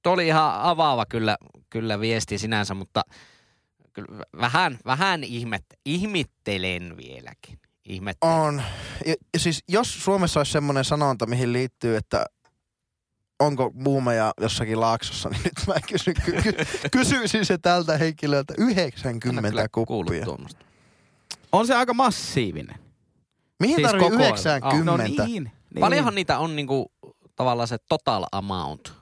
S3: tuo oli ihan avaava kyllä, kyllä viesti sinänsä, mutta kyllä v- vähän, vähän ihmet, ihmittelen vieläkin. Ihmettelen.
S5: On. Ja, ja siis jos Suomessa olisi semmoinen sanonta, mihin liittyy, että onko muumeja jossakin laaksossa, niin nyt mä kysyn, ky, ky, kysyisin se tältä henkilöltä 90 kuppia.
S3: tuommoista.
S4: On se aika massiivinen.
S5: Mihin
S4: Siis
S5: siis tarvii
S4: kokoelma.
S5: 90?
S4: No niin, niin.
S3: Paljonhan niitä on niinku tavallaan se total amount.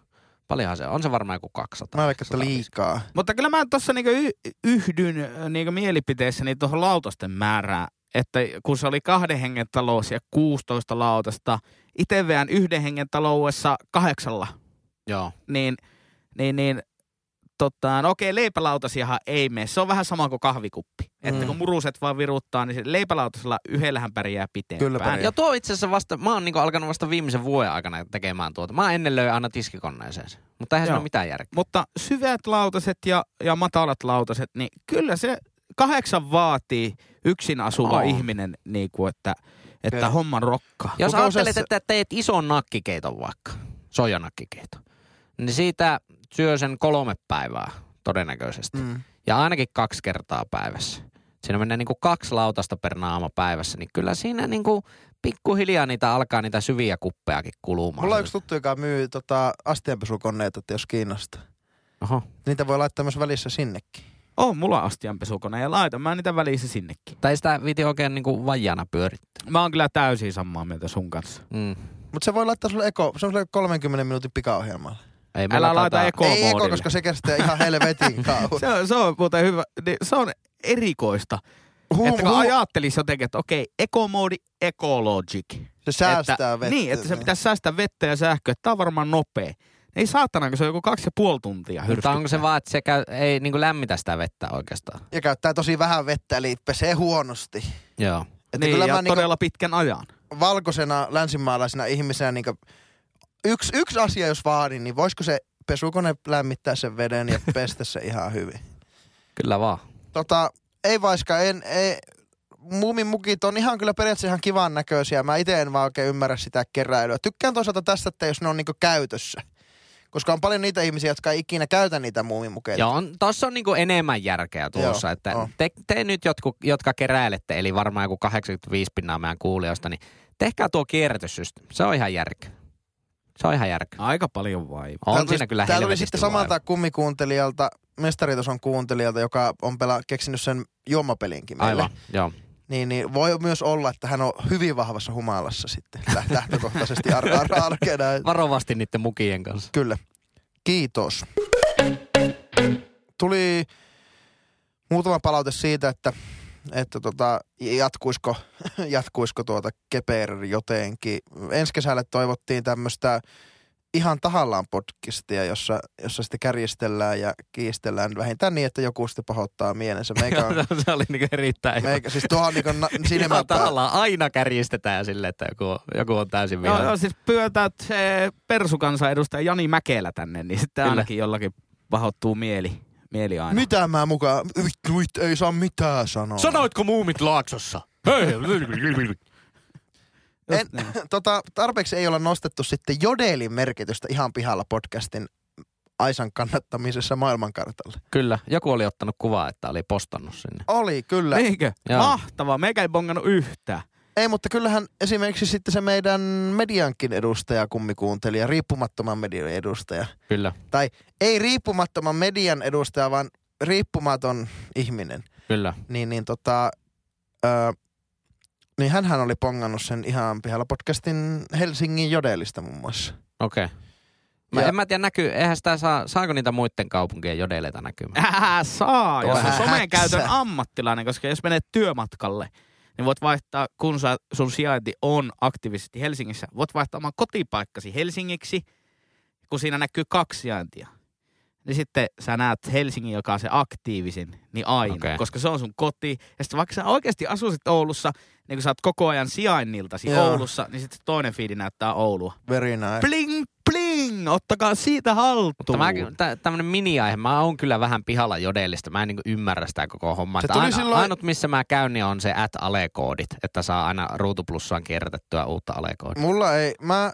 S3: Paljonhan se on. On se varmaan joku 200.
S5: Mä veikkaan, että
S3: 150.
S5: liikaa.
S4: Mutta kyllä mä tuossa niinku y- yhdyn ö, niinku mielipiteessäni tuohon lautasten määrään. Että kun se oli kahden hengen talous ja 16 lautasta, ITVn yhden hengen taloudessa kahdeksalla,
S3: Joo.
S4: niin, niin, niin tota, no okei, leipälautasiahan ei mene. Se on vähän sama kuin kahvikuppi. Mm. Että
S5: Mm.
S4: kun muruset vaan viruttaa, niin se leipälautosella yhdellähän pärjää pitempään.
S5: Kyllä pärjää.
S3: Ja tuo itse asiassa vasta, mä oon niinku alkanut vasta viimeisen vuoden aikana tekemään tuota. Mä ennen löin aina tiskikonneeseen. se. Mutta eihän se
S4: Joo.
S3: ole mitään järkeä.
S4: Mutta syvät lautaset ja, ja matalat lautaset, niin kyllä se kahdeksan vaatii yksin asuva
S3: On.
S4: ihminen, niin kuin, että, että
S5: Kyllä.
S4: homman rokkaa.
S3: Jos
S5: Kuka
S3: ajattelet,
S5: osasi-
S3: että teet ison nakkikeiton vaikka, sojanakkikeiton, niin siitä syö sen kolme päivää todennäköisesti. Mm.
S5: Mm.
S3: Ja ainakin kaksi kertaa päivässä. Siinä menee niin kuin kaksi lautasta per naama päivässä, niin kyllä siinä niin kuin pikkuhiljaa niitä alkaa niitä syviä kuppeakin kulumaan.
S5: Mulla on yksi tuttu, joka myy tota, astianpesukoneita, että jos kiinnostaa.
S3: Oho.
S5: Niitä voi laittaa myös välissä sinnekin.
S4: Oh, mulla on astianpesukone ja laitan mä niitä välissä sinnekin.
S3: Tai sitä viti oikein niin kuin vajana pyörittää.
S4: Mä oon kyllä täysin samaa mieltä sun kanssa.
S3: Mm.
S5: Mutta se voi laittaa sulle eko, semmoiselle 30 minuutin pikaohjelmalle.
S3: Ei meillä
S4: Älä laita
S3: taitaa-
S4: ekoa
S5: Ei eko,
S4: moodille.
S5: koska se kestää ihan helvetin kauan.
S4: Se on, se on muuten hyvä. niin Se on erikoista.
S5: Huu-
S4: että kun
S5: huu-
S4: ajattelisi jotenkin, että okei, ekomoodi, ecologic.
S5: Se säästää
S4: että,
S5: vettä.
S4: Niin, että se pitäisi säästää vettä ja sähköä. Tämä on varmaan nopea. Ei saatana, kun se on joku kaksi ja puoli tuntia
S3: Mutta onko se
S4: hyrskyttää.
S3: vaan, että se käy, ei niin kuin lämmitä sitä vettä oikeastaan?
S5: Ja käyttää tosi vähän vettä, eli pesee huonosti.
S3: Joo.
S5: Että
S4: niin,
S5: kyllä
S4: ja
S5: mä niinku
S4: todella pitkän ajan.
S5: valkoisena länsimaalaisena ihmisenä niinku, yksi, yksi asia, jos vaadin, niin voisiko se pesukone lämmittää sen veden ja pestä se ihan hyvin.
S3: Kyllä vaan.
S5: Tota, ei vaiska, en, ei, Muumin mukit on ihan kyllä periaatteessa ihan kivan näköisiä. Mä itse en vaan oikein ymmärrä sitä keräilyä. Tykkään toisaalta tästä, että jos ne on niinku käytössä. Koska on paljon niitä ihmisiä, jotka ei ikinä käytä niitä muumimukeita.
S3: Joo, on, tossa on niinku enemmän järkeä tuossa,
S5: Joo,
S3: että
S5: on.
S3: te, te nyt jotkut, jotka keräilette, eli varmaan joku 85 pinnaa meidän kuulijoista, niin tehkää tuo kierrätyssysteemi. Se on ihan järkeä. Se on ihan järkeä.
S4: Aika paljon vaivaa.
S3: On
S5: Täällä
S3: siinä
S5: tuli-
S3: kyllä
S5: Täällä oli
S3: helvetisti
S5: sitten
S3: vaivaa.
S5: samalta kummikuuntelijalta, mestaritason kuuntelijalta, joka on pela, keksinyt sen juomapelinkin meille.
S3: Aivan, joo.
S5: Niin, niin voi myös olla, että hän on hyvin vahvassa humalassa sitten lä- lähtökohtaisesti ar- ar- arkena.
S3: Varovasti niiden mukien kanssa.
S5: Kyllä. Kiitos. Tuli muutama palaute siitä, että, että tota, jatkuisiko, jatkuisiko tuota Keper jotenkin. Ensi kesälle toivottiin tämmöistä ihan tahallaan podcastia, jossa, jossa sitten kärjistellään ja kiistellään vähintään niin, että joku sitten pahoittaa mielensä. Meikä on,
S3: se oli niinku erittäin hyvä.
S5: meikä, siis tuohon niin kuin na,
S3: Ihan
S5: silmän päällä.
S3: tahallaan aina kärjistetään sille, että joku, on- joku on täysin
S4: Joo,
S3: vihainen.
S4: joo, siis pyötät se persukansanedustaja Jani Mäkelä tänne, niin sitten
S3: Kyllä.
S4: ainakin jollakin pahoittuu mieli, mieli aina.
S5: Mitä mä mukaan? Vittu, vittu, ei saa mitään sanoa.
S3: Sanoitko muumit laaksossa? Hei!
S4: Just
S5: En,
S4: näin.
S5: tota, tarpeeksi ei olla nostettu sitten jodelin merkitystä ihan pihalla podcastin Aisan kannattamisessa maailmankartalle.
S3: Kyllä, joku oli ottanut kuvaa, että oli postannut sinne.
S5: Oli kyllä. Niin.
S4: Niinkö?
S3: Joo.
S4: Mahtavaa. Meikä ei bongannut yhtään.
S5: Ei, mutta kyllähän esimerkiksi sitten se meidän mediankin edustaja, kummikuuntelija, riippumattoman median edustaja.
S3: Kyllä,
S5: Tai ei riippumattoman median edustaja, vaan riippumaton ihminen.
S3: kyllä.
S5: Niin, niin tota, ö, niin hänhän oli pongannut sen ihan pihalla podcastin Helsingin jodelista muun muassa.
S3: Okei. Mä
S5: Ja-
S3: en mä tiedä näkyy, eihän sitä saa, saako niitä muiden kaupunkien jodeleita näkymään?
S4: Ää, saa, jos on
S5: Vähän
S4: somen
S5: häksä.
S4: käytön ammattilainen, koska jos menet työmatkalle, niin voit vaihtaa, kun sä, sun sijainti on aktiivisesti Helsingissä, voit vaihtaa oman kotipaikkasi Helsingiksi, kun siinä näkyy kaksi sijaintia. niin sitten sä näet Helsingin, joka on se aktiivisin, niin aina.
S3: Okei.
S4: Okay. Koska se on sun koti. Ja sitten vaikka sä oikeasti asuisit Oulussa, niin kun sä oot koko ajan sijainniltasi
S5: Joo.
S4: Oulussa, niin sitten se toinen fiidi näyttää Oulua.
S5: Very nice.
S4: Bling, bling! Ottakaa siitä haltuun.
S3: Mutta mä, tämmönen mini-aihe, mä oon kyllä vähän pihalla jodellista. Mä en niinku ymmärrä sitä koko hommaa.
S5: Se
S3: Että
S5: tuli
S3: Aina,
S5: silloin-
S3: Ainut, missä mä käyn, niin on se at koodit että saa aina ruutuplussaan kierrätettyä uutta alekoodia.
S5: Mulla ei, mä,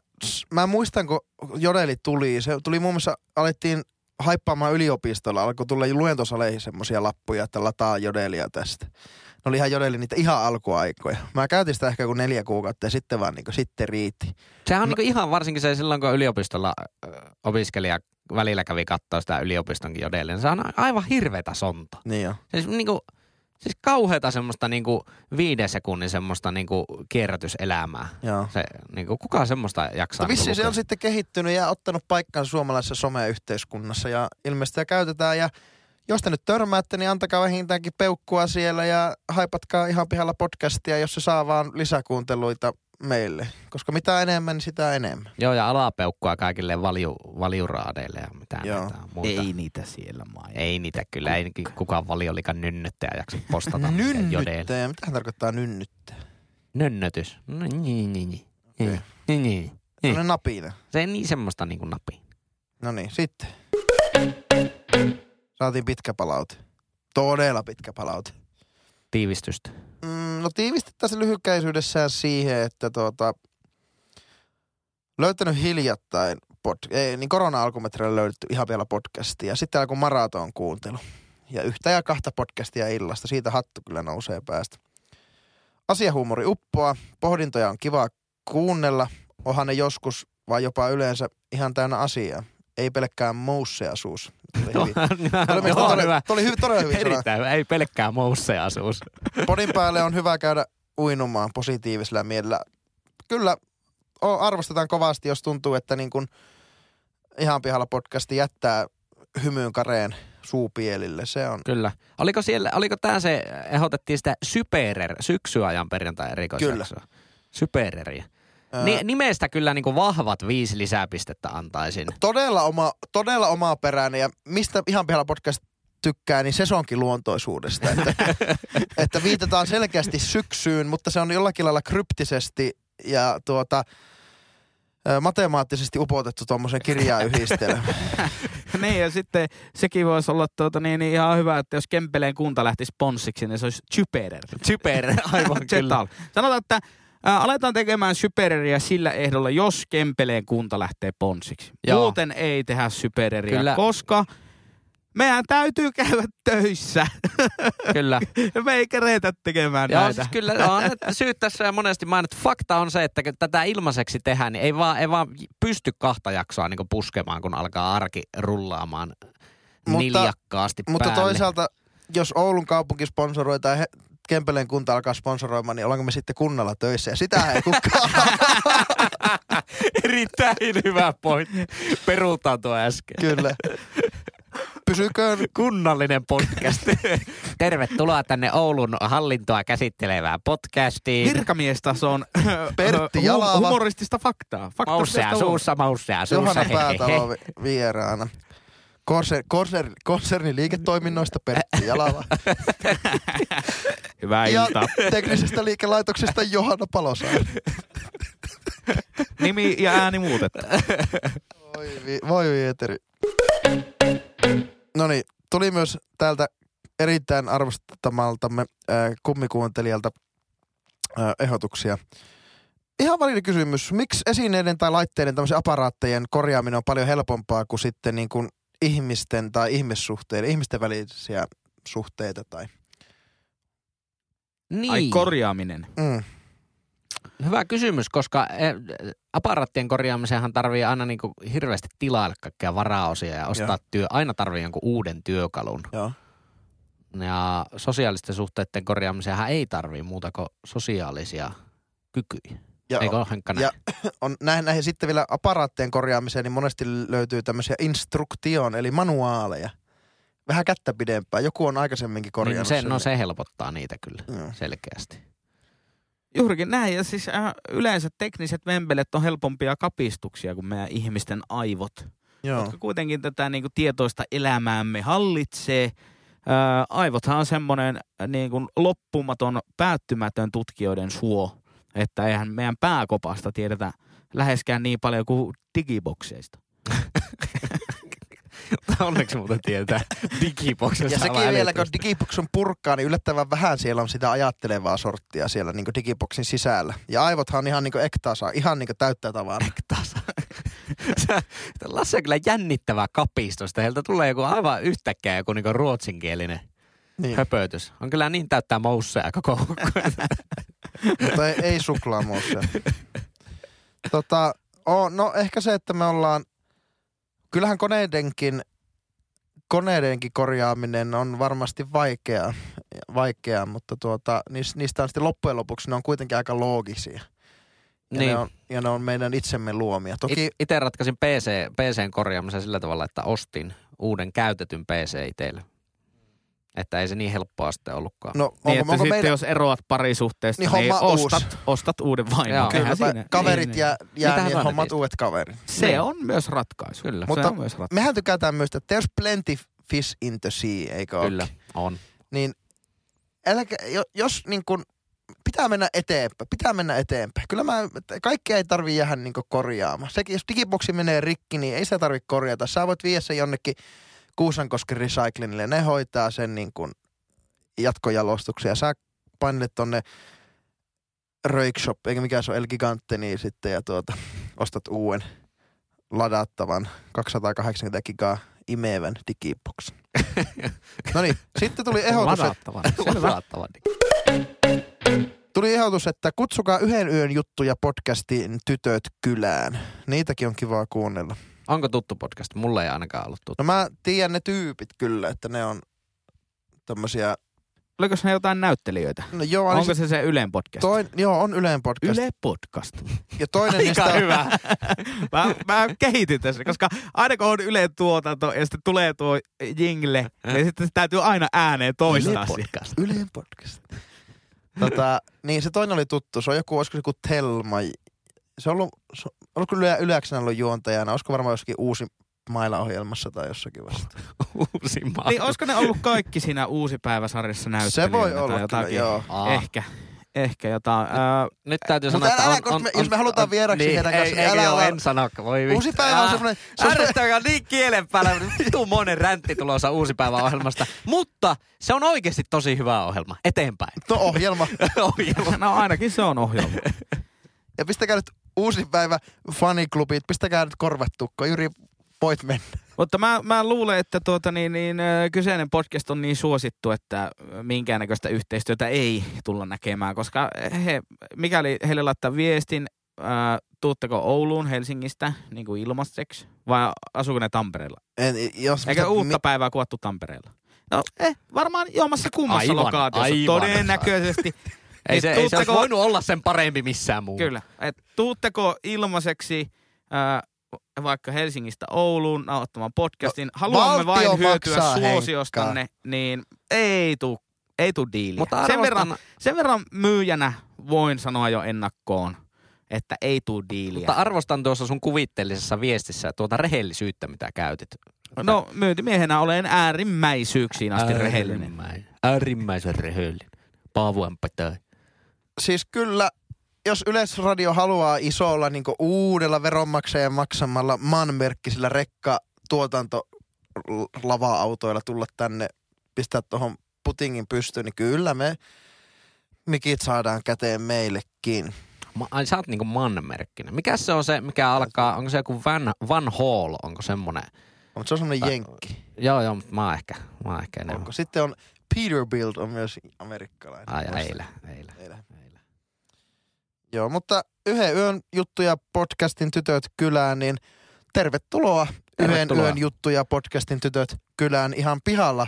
S5: mä muistan kun Jodeli tuli, se tuli muun muassa, alettiin haippaamaan yliopistolla, alkoi tulla luentosaleihin semmoisia lappuja, että lataa Jodelia tästä. Ne oli ihan Jodeli niitä ihan alkuaikoja. Mä käytin sitä ehkä kuin neljä kuukautta ja sitten vaan niin kuin, sitten riitti.
S3: Sehän on
S5: No-
S3: niinku ihan varsinkin se silloin, kun yliopistolla ö, opiskelija välillä kävi katsoa sitä yliopistonkin jodellia. niin Se on aivan hirveetä sonta.
S5: Niin jo.
S3: Siis, niinku, siis kauheeta semmoista niinku viiden sekunnin semmoista niinku kierrätyselämää.
S5: Joo.
S3: Se, niinku, kuka semmoista jaksaa?
S5: Mutta
S3: niinku
S5: No vissiin se
S3: lukea?
S5: on sitten kehittynyt ja ottanut paikkansa suomalaisessa someyhteiskunnassa ja ilmeisesti sitä käytetään ja jos te nyt törmäätte, niin antakaa vähintäänkin peukkua siellä ja haipatkaa ihan pihalla podcastia, jos se saa vaan lisäkuunteluita meille. Koska mitä enemmän, niin sitä enemmän.
S3: Joo, ja alapeukkua kaikille valju, valjuraadeille ja mitään
S5: Joo.
S3: näitä muuta.
S4: Ei niitä siellä mainita.
S3: Ei niitä kyllä, ei niitä kukaan valiolikan nynnyttäjä jaksa postata. jodeille.
S5: Nynnyttäjä. Mitä hän tarkoittaa nynnyttäjä?
S3: Nönnötys. No niin, niin, niin.
S5: Okei.
S3: Niin, niin, niin. Niin.
S5: No napina.
S3: Se ei niin semmoista niinku napi.
S5: No niin, sitten. Saatiin pitkä palaute. Todella pitkä palaute.
S3: Tiivistystä.
S5: Mm, no tiivistetään se lyhykäisyydessään siihen, että tuota, löytänyt hiljattain, pod, ei, niin korona-alkumetreillä löydetty ihan vielä podcastia. Ja Sitten alkoi maraton kuuntelu. Ja yhtä ja kahta podcastia illasta, siitä hattu kyllä nousee päästä. Asiahuumori uppoa, pohdintoja on kiva kuunnella, onhan ne joskus, vai jopa yleensä, ihan täynnä asiaa. Ei pelkkää mousseja suus. Tuli hyvin- Tuli,
S3: Joo,
S5: mielestäni todella-
S3: No, hyvä.
S5: tuli hyvin, todella hyvin sanottu.
S3: Erittäin hyvä. Ei pelkkää mousseasuus.
S5: Podin päälle on hyvä käydä uinumaan positiivisella mielellä. Kyllä o- arvostetaan kovasti, jos tuntuu, että niin kun ihan pihalla podcasti jättää hymyyn kareen suupielille. Se on
S3: Kyllä. Oliko, siellä, oliko tämä se, ehdotettiin sitä Syperer, syksyajan perjantai erikoisjaksoa? Kyllä. Sypereriä.
S5: ää,
S3: Ni, nimestä kyllä niinku vahvat viisi lisäpistettä antaisin.
S5: todella, oma, todella omaa peräinen ja mistä ihan pihalla podcast tykkää, niin sesonkin luontoisuudesta. Että, että viitataan selkeästi syksyyn, mutta se on jollakin lailla kryptisesti ja tuota, ää, matemaattisesti upotettu tuommoiseen kirjayhdistelmään.
S4: niin, ja sitten sekin voisi olla tuota, niin, niin ihan hyvä, että jos Kempeleen kunta lähti sponssiksi, niin se olisi Zyperer.
S3: Syperer, aivan kyllä.
S4: Zetal. Sanotaan, että ä, aletaan tekemään Zypereriä sillä ehdolla, jos Kempeleen kunta lähtee ponsiksi.
S3: Joo.
S4: Muuten ei tehdä Zypereriä,
S3: Kyllä.
S4: koska meidän täytyy käydä töissä.
S3: kyllä.
S4: Me ei keretä tekemään
S3: Joo,
S4: näitä.
S3: siis kyllä on syyt tässä ja monesti mainittu. Fakta on se, että kun tätä ilmaiseksi tehdään, niin ei vaan, ei vaan pysty kahta jaksoa niin puskemaan, kun alkaa arki rullaamaan
S5: Mutta-
S3: niljakkaasti
S5: Mutta
S3: päälle.
S5: toisaalta, jos Oulun kaupunki sponsoroi tai he, Kempeleen kunta alkaa sponsoroimaan, niin ollaanko me sitten kunnolla töissä? Ja sitä ei kukaan.
S3: Erittäin hyvä pointti. Peruutaan tuo äsken.
S5: Kyllä. Pysyköön.
S3: Kunnallinen podcast. Tervetuloa tänne Oulun hallintoa käsittelevään podcastiin.
S4: Virkamiestason
S5: Pertti
S4: hum-
S5: Jalava.
S4: äh, humoristista faktaa. faktaa
S3: Maussea suussa, maussea suussa.
S5: Johanna Päätalo vi- vieraana. Konser, konser, konsernin liiketoiminnoista Pertti Jalava.
S4: Hyvää
S5: Ja
S4: iltaa.
S5: teknisestä liikelaitoksesta Johanna Palosaari.
S4: Nimi ja ääni muutettu.
S5: Voi, vi- voi vieteri. No niin, tuli myös täältä erittäin arvostamaltamme äh, kummikuuntelijalta äh, ehdotuksia. Ihan validi kysymys. Miksi esineiden tai laitteiden tämmöisen aparaattejen korjaaminen on paljon helpompaa kuin sitten niin kuin ihmisten tai ihmissuhteiden, ihmisten välisiä suhteita tai...
S3: Niin.
S4: Ai korjaaminen.
S5: Mm.
S3: Hyvä kysymys, koska eh, aparaattien korjaamiseenhan tarvii aina niin kuin hirveästi tilailla kaikkea varaosia ja ostaa
S5: Joo.
S3: työ. Aina tarvii jonkun uuden työkalun.
S5: Joo.
S3: Ja sosiaalisten suhteiden korjaamiseenhan ei tarvii muuta kuin sosiaalisia kykyjä.
S5: Ja,
S3: Eikö ole Henkka näin? Niin,
S5: Ja on, näihin, näihin sitten vielä aparaatteen korjaamiseen, niin monesti löytyy tämmöisiä instruktion, eli manuaaleja. Vähän kättä pidempää. Joku on aikaisemminkin
S3: niin
S5: korjannut
S3: se, no
S5: sen.
S3: se helpottaa niitä kyllä
S5: Joo.
S3: selkeästi.
S4: Juurikin näin. Ja siis äh, yleensä tekniset vempelet on helpompia kapistuksia kuin meidän ihmisten aivot.
S5: Joo.
S4: jotka kuitenkin tätä niin kuin tietoista elämäämme hallitsee. Ää, aivothan on semmoinen niin kuin loppumaton, päättymätön tutkijoiden suo, että eihän meidän pääkopasta tiedetä läheskään niin paljon kuin digibokseista.
S3: Onneksi muuten tietää digiboksesta.
S5: Ja sekin vielä, kun digiboksin purkkaa, niin yllättävän vähän siellä on sitä ajattelevaa sorttia siellä niin digiboksin sisällä. Ja aivothan on ihan niin ektasa, ihan niin täyttä tavaraa.
S3: tasa. Sä- Lasse on kyllä jännittävä kapisto. Sitä heiltä tulee joku aivan yhtäkkiä joku niinku ruotsinkielinen
S5: Niin.
S3: höpötys. On kyllä niin täyttää mousseja koko
S5: Mutta ei, ei suklaamuussa. tota, oo, no ehkä se, että me ollaan... Kyllähän koneidenkin, koneidenkin korjaaminen on varmasti vaikeaa, vaikeaa mutta tuota, niis- niistä on sitten loppujen lopuksi, ne on kuitenkin aika loogisia. Ja,
S3: Niin.
S5: ne, on, ja ne on meidän itsemme luomia. Toki
S3: It, itse ratkaisin PC, PCn korjaamisen sillä tavalla, että ostin uuden käytetyn PC itselle. Että ei se niin helppoa sitten ollutkaan.
S5: No,
S4: Niin,
S5: onko,
S4: että
S5: onko
S4: sitten
S5: meidän...
S4: jos eroat parisuhteesta,
S5: Niin
S4: niin, niin
S5: homma uusi.
S4: ostat, ostat uuden
S3: Joo.
S4: vaimon.
S3: Kyllä,
S4: Eihän
S5: Kyllä,
S4: siinä-
S5: kaverit
S4: niin,
S5: ja, ja
S3: Mitähän
S5: niin
S3: vaan
S5: hommat
S3: niitä?
S5: uudet kaverit.
S4: niin. Se on myös ratkaisu.
S3: Kyllä.
S4: Mutta
S5: Mutta
S4: se on myös ratkaisu.
S5: Mehän tykätään myös, että there's plenty fish in the sea, eikö ole?
S3: Kyllä, on.
S5: Niin äläkä, jo- jos niin kun, pitää mennä eteenpäin, pitää mennä eteenpäin. Kyllä mä, että kaikkea ei tarvi jäädä niin korjaamaan. Sekin, jos digiboksi menee rikki, niin ei sitä tarvitse korjata. Sä voit viedä sen jonnekin Kuusankosken Recyclingille. Ne hoitaa sen niin kun jatkojalostuksia. Sä painelet tonne Röykshop, eikä mikä se on, El Gigante, niin sitten ja tuota, ostat uuden ladattavan 280 gigaa imevän digiboksin. no niin, sitten tuli ehdotus, että,
S3: Ladattava. Ladattava.
S5: tuli ehdotus, että kutsukaa yhden yön juttuja podcastin tytöt kylään. Niitäkin on kivaa kuunnella.
S3: Onko tuttu podcast? Mulle ei ainakaan ollut tuttu.
S5: No mä tiedän ne tyypit kyllä, että ne on tämmösiä,
S4: Oliko ne jotain näyttelijöitä?
S5: no joo, ainakin
S4: Onko se se Ylen podcast?
S5: toin, joo, on Yleen podcast.
S4: Yle podcast.
S5: Ja toinen niistä on,
S4: hyvä. mä, mä kehitin tässä, koska aina kun on Yle tuotanto ja sitten tulee tuo jingle, niin sitten se täytyy aina ääneen toistaa se.
S3: podcast.
S5: Ylen podcast. Tota, niin se toinen oli tuttu. Se on joku, olisiko se joku Telma. Se on ollut, se, olisiko Yle, Yläksenä ollut juontajana? Olisiko varmaan jossakin uusi mailla ohjelmassa tai jossakin vasta.
S3: Uusi maa.
S4: Niin olisiko ne ollut kaikki siinä uusipäiväsarjassa näyttelijöitä?
S5: Se voi
S4: tai
S5: olla
S4: jotakin?
S5: kyllä, joo.
S3: Aa.
S4: Ehkä. Ehkä jotain. Äh,
S3: Ah. Nyt täytyy
S5: Mutta
S3: sanoa, että
S5: älä,
S3: on,
S5: koska
S3: on,
S5: me-
S3: on,
S5: jos me halutaan vieraksi
S3: niin,
S5: heidän kanssa,
S3: ei,
S5: älä
S3: ei, joo,
S5: olla-
S3: en sano. Voi vittu.
S5: Uusi päivä on
S4: Ah!
S3: Ää,
S5: semmoinen... Se on semmoinen
S3: Ärsyttävää on niin kielen päällä. Vittu monen räntti tulossa uusi päivä ohjelmasta. Mutta se on oikeasti tosi hyvä ohjelma. Eteenpäin.
S5: no, ohjelma.
S3: Ohjelma.
S4: no ainakin se on ohjelma.
S5: Ja pistäkää nyt uusi päivä faniklubit. Pistäkää nyt korvat tukkoon. Jyri, voit mennä.
S4: Mutta mä, mä luulen, että tuota, niin, niin, ö, kyseinen podcast on niin suosittu, että ö, minkäännäköistä yhteistyötä ei tulla näkemään, koska he, mikäli heille laittaa viestin, ää, tuutteko Ouluun Helsingistä niin kuin ilmaiseksi, vai asuuko ne Tampereella?
S5: En, jos,
S4: Eikä
S5: mutta-
S4: uutta päivää kuvattu Tampereella? No, eh, varmaan jommassa kummassa
S3: Aivan,
S4: lokaatiossa,
S3: aivan.
S4: todennäköisesti.
S3: Ei se, ei se olisi
S4: tuutteko-
S3: voinut olla sen parempi missään muu.
S4: Kyllä. Et, tuutteko ilmaiseksi ää, vaikka Helsingistä Ouluun nauhoittamaan
S3: No,
S4: podcastin? Haluamme
S5: valtio
S4: vain hyötyä
S5: maksaa,
S4: suosiostanne, niin ei tuu, ei tuu diiliä.
S3: Mutta
S4: sen,
S3: arvostan,
S4: verran, sen verran myyjänä voin sanoa jo ennakkoon, että ei tuu diiliä.
S3: mutta arvostan tuossa sun kuvitteellisessa viestissä tuota rehellisyyttä, mitä käytit.
S4: no myyntimiehenä olen äärimmäisyyksiin asti rehellinen.
S3: Äärimmäinen. Äärimmäisen rehellinen. Paavo Ämpätää.
S5: siis kyllä, jos Yleisradio haluaa isolla niin uudella veronmaksajan maksamalla maanmerkkisillä rekka tuotanto lava-autoilla tulla tänne, pistää tuohon putingin pystyyn, niin kyllä me mikit saadaan käteen meillekin.
S3: Ma- Ai sä oot niinku mannenmerkkinen. Mikä se on se, mikä alkaa, onko se joku Van, Van Hall, onko semmonen?
S5: Mutta se on semmoinen jenkki.
S3: Joo, joo, mutta mä oon ehkä, mä oon ehkä enemmän.
S5: Onko? Sitten on Peterbilt on myös amerikkalainen.
S3: Ai, eilä, eilä,
S5: Eilä.
S3: eilä.
S5: Joo, mutta yhden yön juttuja podcastin tytöt kylään, niin tervetuloa,
S3: Tervetuloa.
S5: yhden yön juttuja podcastin tytöt kylään ihan pihalla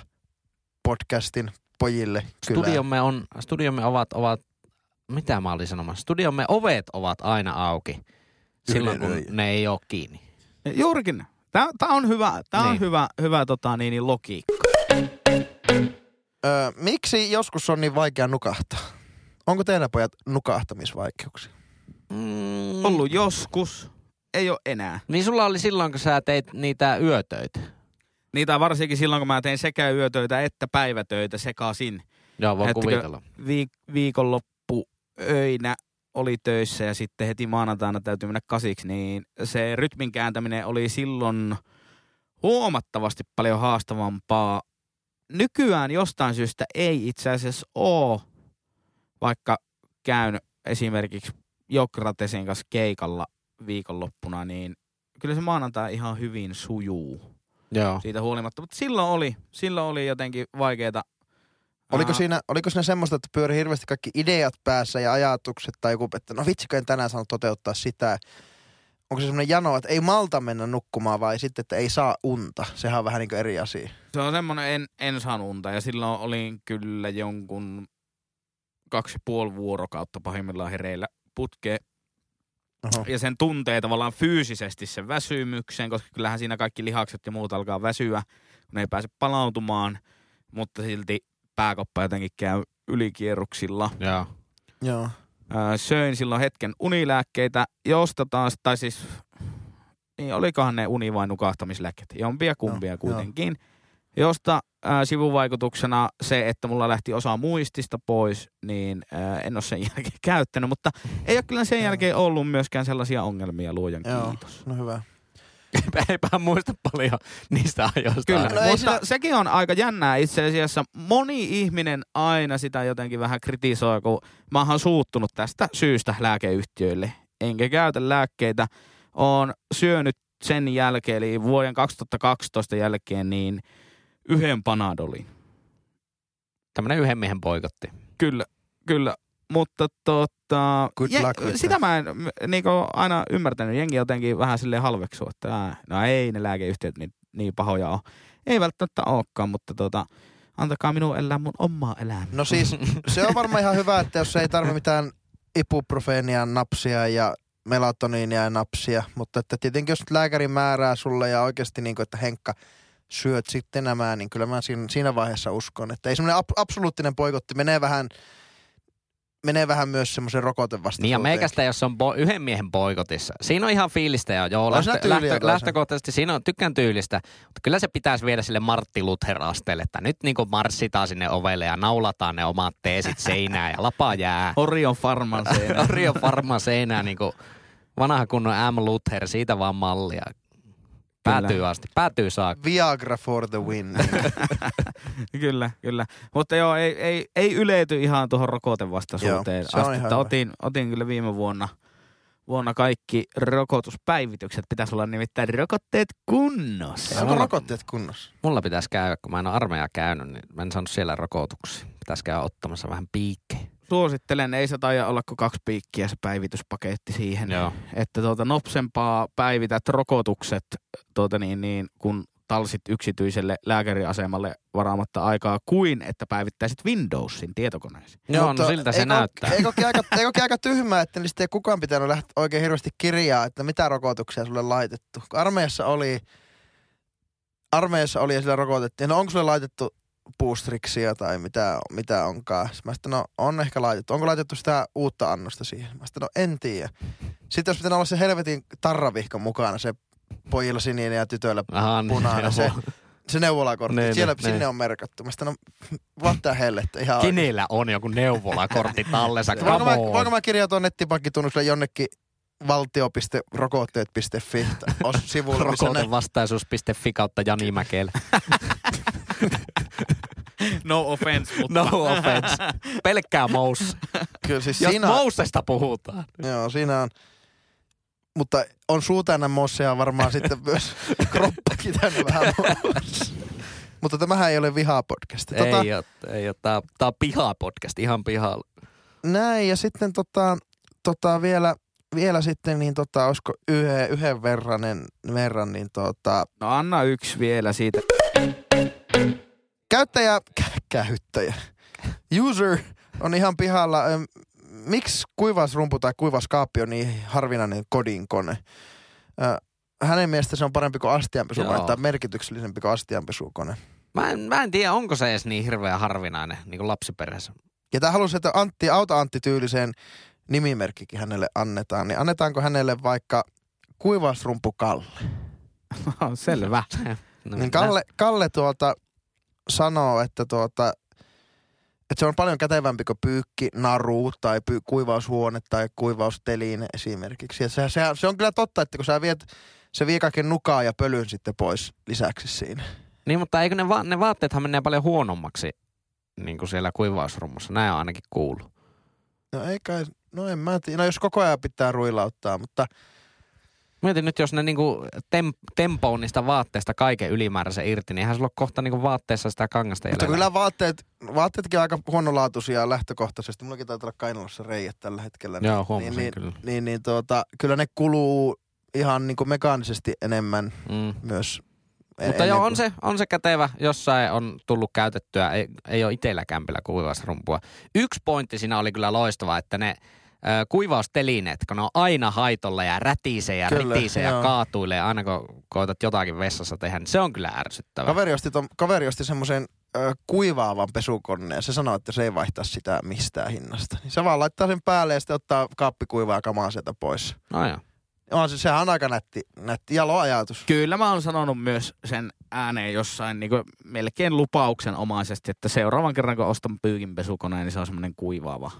S5: podcastin pojille kylään.
S3: Studiomme, on, studiomme ovat, ovat, mitä mä olin sanomassa, studiomme ovet ovat aina auki. Silloin kun
S5: yöjä.
S3: ne ei ole kiinni.
S4: Juurikin. näin. Tää, tää on hyvä, tää on
S3: Niin.
S4: hyvä, hyvä tota, niin, niin, logiikka.
S5: Öö, miksi joskus on niin vaikea nukahtaa? Onko teillä pojat nukahtamisvaikeuksia?
S3: Mm,
S4: Ollut joskus. ei ole enää.
S3: Niin sulla oli silloin, kun sä teit niitä yötöitä.
S4: Niitä varsinkin silloin, kun mä tein sekä yötöitä että päivätöitä sekaisin.
S3: Joo, voin
S4: Hettikö-
S3: kuvitella.
S4: Viik- viikonloppu öinä oli töissä ja sitten heti maanantaina täytyy mennä kasiksi, niin se rytmin kääntäminen oli silloin huomattavasti paljon haastavampaa. Nykyään jostain syystä ei itse asiassa ole, vaikka käyn esimerkiksi Jokratesin kanssa keikalla viikonloppuna, niin kyllä se maanantai ihan hyvin sujuu
S3: Joo.
S4: siitä huolimatta. Mutta silloin oli, silloin oli jotenkin vaikeeta.
S5: Oliko
S4: Aa,
S5: siinä, oliko siinä semmoista, että pyöri hirveästi kaikki ideat päässä ja ajatukset tai joku, että no vitsikö en tänään saanut toteuttaa sitä. Onko se semmoinen jano, että ei malta mennä nukkumaan vai sitten, että ei saa unta. Sehän on vähän niin kuin eri asia.
S4: Se on semmoinen en, en saanut unta ja silloin olin kyllä jonkun kaksi ja puoli vuorokautta pahimmillaan hereillä putkeen.
S5: Oho.
S4: Ja sen tuntee tavallaan fyysisesti sen väsymyksen, koska kyllähän siinä kaikki lihakset ja muut alkaa väsyä, kun ei pääse palautumaan, mutta silti pääkoppa jotenkin käy ylikierroksilla.
S3: Joo.
S5: Joo.
S4: Öö, söin silloin hetken unilääkkeitä, josta taas, tai siis, niin olikohan ne uni- vai nukahtamislääkkeet, jompia kumpia
S5: Joo,
S4: kuitenkin, josta öö, sivuvaikutuksena se, että mulla lähti osa muistista pois, niin öö, en ole sen jälkeen käyttänyt, mutta ei ole kyllä sen
S5: Joo.
S4: jälkeen ollut myöskään sellaisia ongelmia, luojan
S5: Joo.
S4: kiitos.
S5: No hyvä.
S3: Eipä muista paljon niistä ajoista.
S4: Kyllä,
S5: No
S4: no
S5: ei
S4: mutta
S5: sitä-
S4: sekin on aika jännää itse asiassa. Moni ihminen aina sitä jotenkin vähän kritisoi, kun mä oon suuttunut tästä syystä lääkeyhtiöille. Enkä käytä lääkkeitä. Oon syönyt sen jälkeen, eli vuoden 2012 jälkeen, niin yhden panadolin.
S3: Tämmönen yhden miehen Niin, poikotti.
S4: Kyllä, kyllä. Mutta tota,
S5: Good luck with
S4: sitä mä en niinku, aina ymmärtänyt. Jengi jotenkin vähän sille halveksuu, että ää, no ei ne lääkeyhtiöt niin, niin pahoja ole. Ei välttämättä olekaan, mutta tota, antakaa minun elää mun omaa elämää.
S5: No siis se on varmaan ihan hyvä, että jos ei tarvitse mitään ibuprofeenia napsia ja melatoniinia ja napsia, mutta että tietenkin jos lääkäri määrää sulle ja oikeasti niin kuin, että Henkka syöt sitten nämä, niin kyllä mä siinä, siinä vaiheessa uskon, että ei semmoinen ab- absoluuttinen poikotti menee vähän, menee vähän myös semmoisen rokotevastaisuuteen.
S3: Niin ja meikästä, jos on bo- yhden miehen poikotissa. Siinä on ihan fiilistä jo. Joo,
S5: On siinä
S3: lähtö-
S5: tyyliä
S3: lähtö-
S5: toisaalta.
S3: lähtökohtaisesti siinä on, tykkään tyylistä. Mutta kyllä se pitäisi viedä sille Martti Luther-asteelle, että nyt niin marssitaan sinne ovelle ja naulataan ne omat teesit seinään ja lapa jää.
S4: Orion Farman seinä.
S3: Orjo Farma seinään niin kuin vanha kunnon M. Luther, siitä vaan mallia. Päätyy asti, päätyy saakka.
S5: Viagra for the win.
S4: kyllä, kyllä. Mutta joo, ei, ei, ei ylety ihan tuohon rokotevastaisuuteen
S5: Joo, se on
S4: asti.
S5: ihan
S4: Että
S5: hyvä.
S4: Otin, otin kyllä viime vuonna, vuonna kaikki rokotuspäivitykset. Pitäisi olla nimittäin rokotteet kunnossa.
S3: Joo.
S5: Onko rokotteet kunnossa?
S3: Mulla pitäisi käydä, kun mä en ole armeijaa käynyt, niin mä en saanut siellä rokotuksia. Pitäisi käydä ottamassa vähän piikkejä.
S4: Suosittelen, ei se taida olla kuin kaksi piikkiä se päivityspaketti siihen.
S3: Joo.
S4: Että tuota, nopsempaa päivität rokotukset, tuota niin, niin, kun talsit yksityiselle lääkäriasemalle varaamatta aikaa kuin, että päivittäisit Windowsin tietokoneeseen.
S3: Joo,
S5: Mutta
S3: no siltä se
S5: eikö-
S3: näyttää.
S5: Eikö olekin aika, eikö olekin aika tyhmää, että niistä ei kukaan pitänyt lähteä oikein hirveästi kirjaa, että mitä rokotuksia sulle laitettu. Kun armeijassa oli, armeijassa oli ja sillä rokotettiin, no onko sulle laitettu boostriksia tai mitä, mitä onkaan. Sitten mä sitten, no on ehkä laitettu. Onko laitettu sitä uutta annosta siihen? Mä sitten, no en tiedä. Sitten jos pitää olla se helvetin tarravihko mukana, se pojilla sininen ja tytöillä
S3: Aha, niin,
S5: punainen, se, se neuvolakortti.
S3: Niin,
S5: Siellä,
S3: niin,
S5: sinne
S3: niin.
S5: on merkattu. Mä sitten, no what the hell, että ihan oikein.
S3: Kenellä on joku neuvolakortti tallessa?
S5: Että Voinko mä,
S3: Come
S5: voinko
S3: on.
S5: mä kirjautua nettipankkitunnukselle jonnekin valtio.rokotteet.fi os- sivulle, missä ne,
S3: Rokotevastaisuus.fi kautta Jani Mäkelä.
S4: No offense,
S3: No offense. Pelkkää mous.
S5: kyllä siis
S3: Jos
S5: siinä,
S3: mousesta puhutaan.
S5: joo, siinä on, mutta on suu täynnä mosseja varmaan sitten myös kroppakin täynnä vähän mosseja. Mutta tämähän ei ole vihapodcast. Tota,
S3: Ei ole, ei ole. Tää, tää on pihapodcast, ihan pihalla.
S5: näin ja sitten tota, tota vielä, vielä sitten niin tota, olisiko yhden, yhden verranen, verran niin tota,
S4: No anna yksi vielä siitä.
S5: käyttäjä, kä- käyttäjä, user on ihan pihalla. Ö, Miksi kuivasrumpu tai kuivaskaappi on niin harvinainen kodinkone? Ö, Hänen mielestä se on parempi kuin astianpesukone
S3: Joo.
S5: tai merkityksellisempi kuin astianpesukone.
S3: Mä en, mä en tiedä, onko se edes niin hirveä harvinainen niin kuin lapsiperheessä.
S5: Ja tämä halusi, että Antti, auta Antti tyyliseen nimimerkkikin hänelle annetaan. Niin annetaanko hänelle vaikka kuivasrumpu Kalle.
S4: Selvä.
S3: No,
S5: Niin
S3: mitä?
S5: Kalle, Kalle tuolta sanoo, että, tuota, että se on paljon kätevämpi kuin pyykki, naru tai py, kuivaushuone tai kuivausteline esimerkiksi. Ja se, se, se, on kyllä totta, että kun sä viet, se vie kaiken nukaa ja pölyn sitten pois lisäksi siinä.
S3: Niin, mutta eikö ne, va- ne vaatteethan menee paljon huonommaksi niin kuin siellä kuivausrummussa. Näin on ainakin kuullut.
S5: No ei kai, no en mä tiedä. No jos koko ajan pitää ruilauttaa, mutta
S3: Mietin nyt, jos ne niin kuin tem- tempoo niistä vaatteista kaiken ylimääräisen irti, niin eihän sulla ole kohta niin kuin vaatteessa sitä kangasta
S5: Mutta
S3: jäljellä.
S5: kyllä vaatteet, vaatteetkin on aika huonolaatuisia lähtökohtaisesti. Mullakin taitaa olla kainalossa reijät tällä hetkellä. Niin,
S3: Joo, huomasin
S5: niin, niin,
S3: kyllä.
S5: niin, niin tuota, kyllä ne kuluu ihan niin kuin mekaanisesti enemmän
S3: Mm.
S5: myös. en-
S3: Mutta
S5: ennen
S3: joo,
S5: kuin-
S3: on se, on se kätevä. Jossain on tullut käytettyä. Ei, ei ole itsellä kämpillä kuivausrumpua. Yksi pointti siinä oli kyllä loistava, että ne ö, kuivaustelineet, kun ne on aina haitolla ja rätisee ja
S5: Kyllä,
S3: ritisee ja
S5: joo.
S3: kaatuilee aina kun koetat jotakin vessassa tehdä, niin se on kyllä ärsyttävää.
S5: Kaveri osti, ton, kaveri osti semmoisen ö, kuivaavan pesukoneen. Se sanoi, että se ei vaihtaa sitä mistään hinnasta. Niin se vaan laittaa sen päälle ja sitten ottaa kaappi kuivaa kamaa sieltä pois.
S3: No joo.
S5: On se, sehän on aika nätti, nätti jalo ajatus.
S4: Kyllä mä oon sanonut myös sen ääneen jossain niin melkein lupauksen omaisesti, että seuraavan kerran kun ostan pyykinpesukoneen, niin se on semmoinen kuivaava.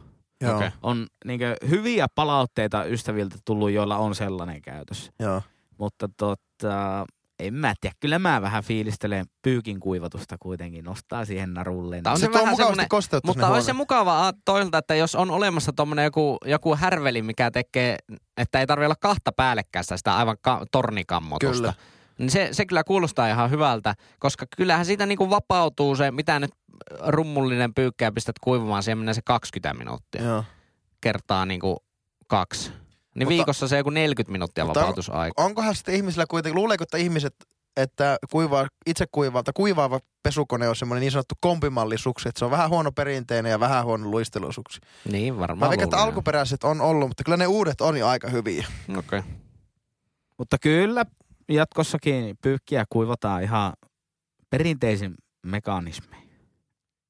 S5: Joo,
S3: Okei.
S4: On niin hyviä palautteita ystäviltä tullut, joilla on sellainen käytös.
S5: joo.
S4: Mutta tota, en mä tiedä, kyllä mä vähän fiilistelen pyykin kuivatusta kuitenkin, nostaa siihen narulleen.
S3: Tää On
S5: On se,
S3: se
S5: se tuo
S3: vähän
S5: mukavasti
S3: semmonen-
S5: kosteutta
S3: Mutta
S5: sinne
S3: olisi se
S5: huoneeseen.
S3: mukavaa toisaalta, että jos on olemassa tuommoinen joku, joku härveli, mikä tekee, että ei tarvitse olla kahta päällekkäistä sitä aivan ka- tornikammotusta.
S5: Kyllä.
S3: Niin se, se kyllä kuulostaa ihan hyvältä, koska kyllähän siitä niinku vapautuu se, mitä nyt rummullinen pyykkää pistät kuivumaan, siihen menee se 20 minuuttia
S5: Joo.
S3: kertaa niinku kaksi. Niin
S5: Mutta-
S3: viikossa se joku 40 minuuttia
S5: Mutta-
S3: vapautusaika.
S5: onkohan sitten ihmisillä kuitenkin, luuleeko, että ihmiset, että kuivaa, itse kuivaalta, kuivaava pesukone on semmoinen niin sanottu kompimallisuksi, että se on vähän huono perinteinen ja vähän huono luistelusuksi.
S3: Niin
S5: Mä
S3: varmaan
S5: veikkaan, että
S3: luulen.
S5: alkuperäiset on ollut, mutta kyllä ne uudet on jo aika hyviä.
S3: Okei.
S4: Mutta kyllä jatkossakin pyykkiä kuivataan ihan perinteisin mekanismi.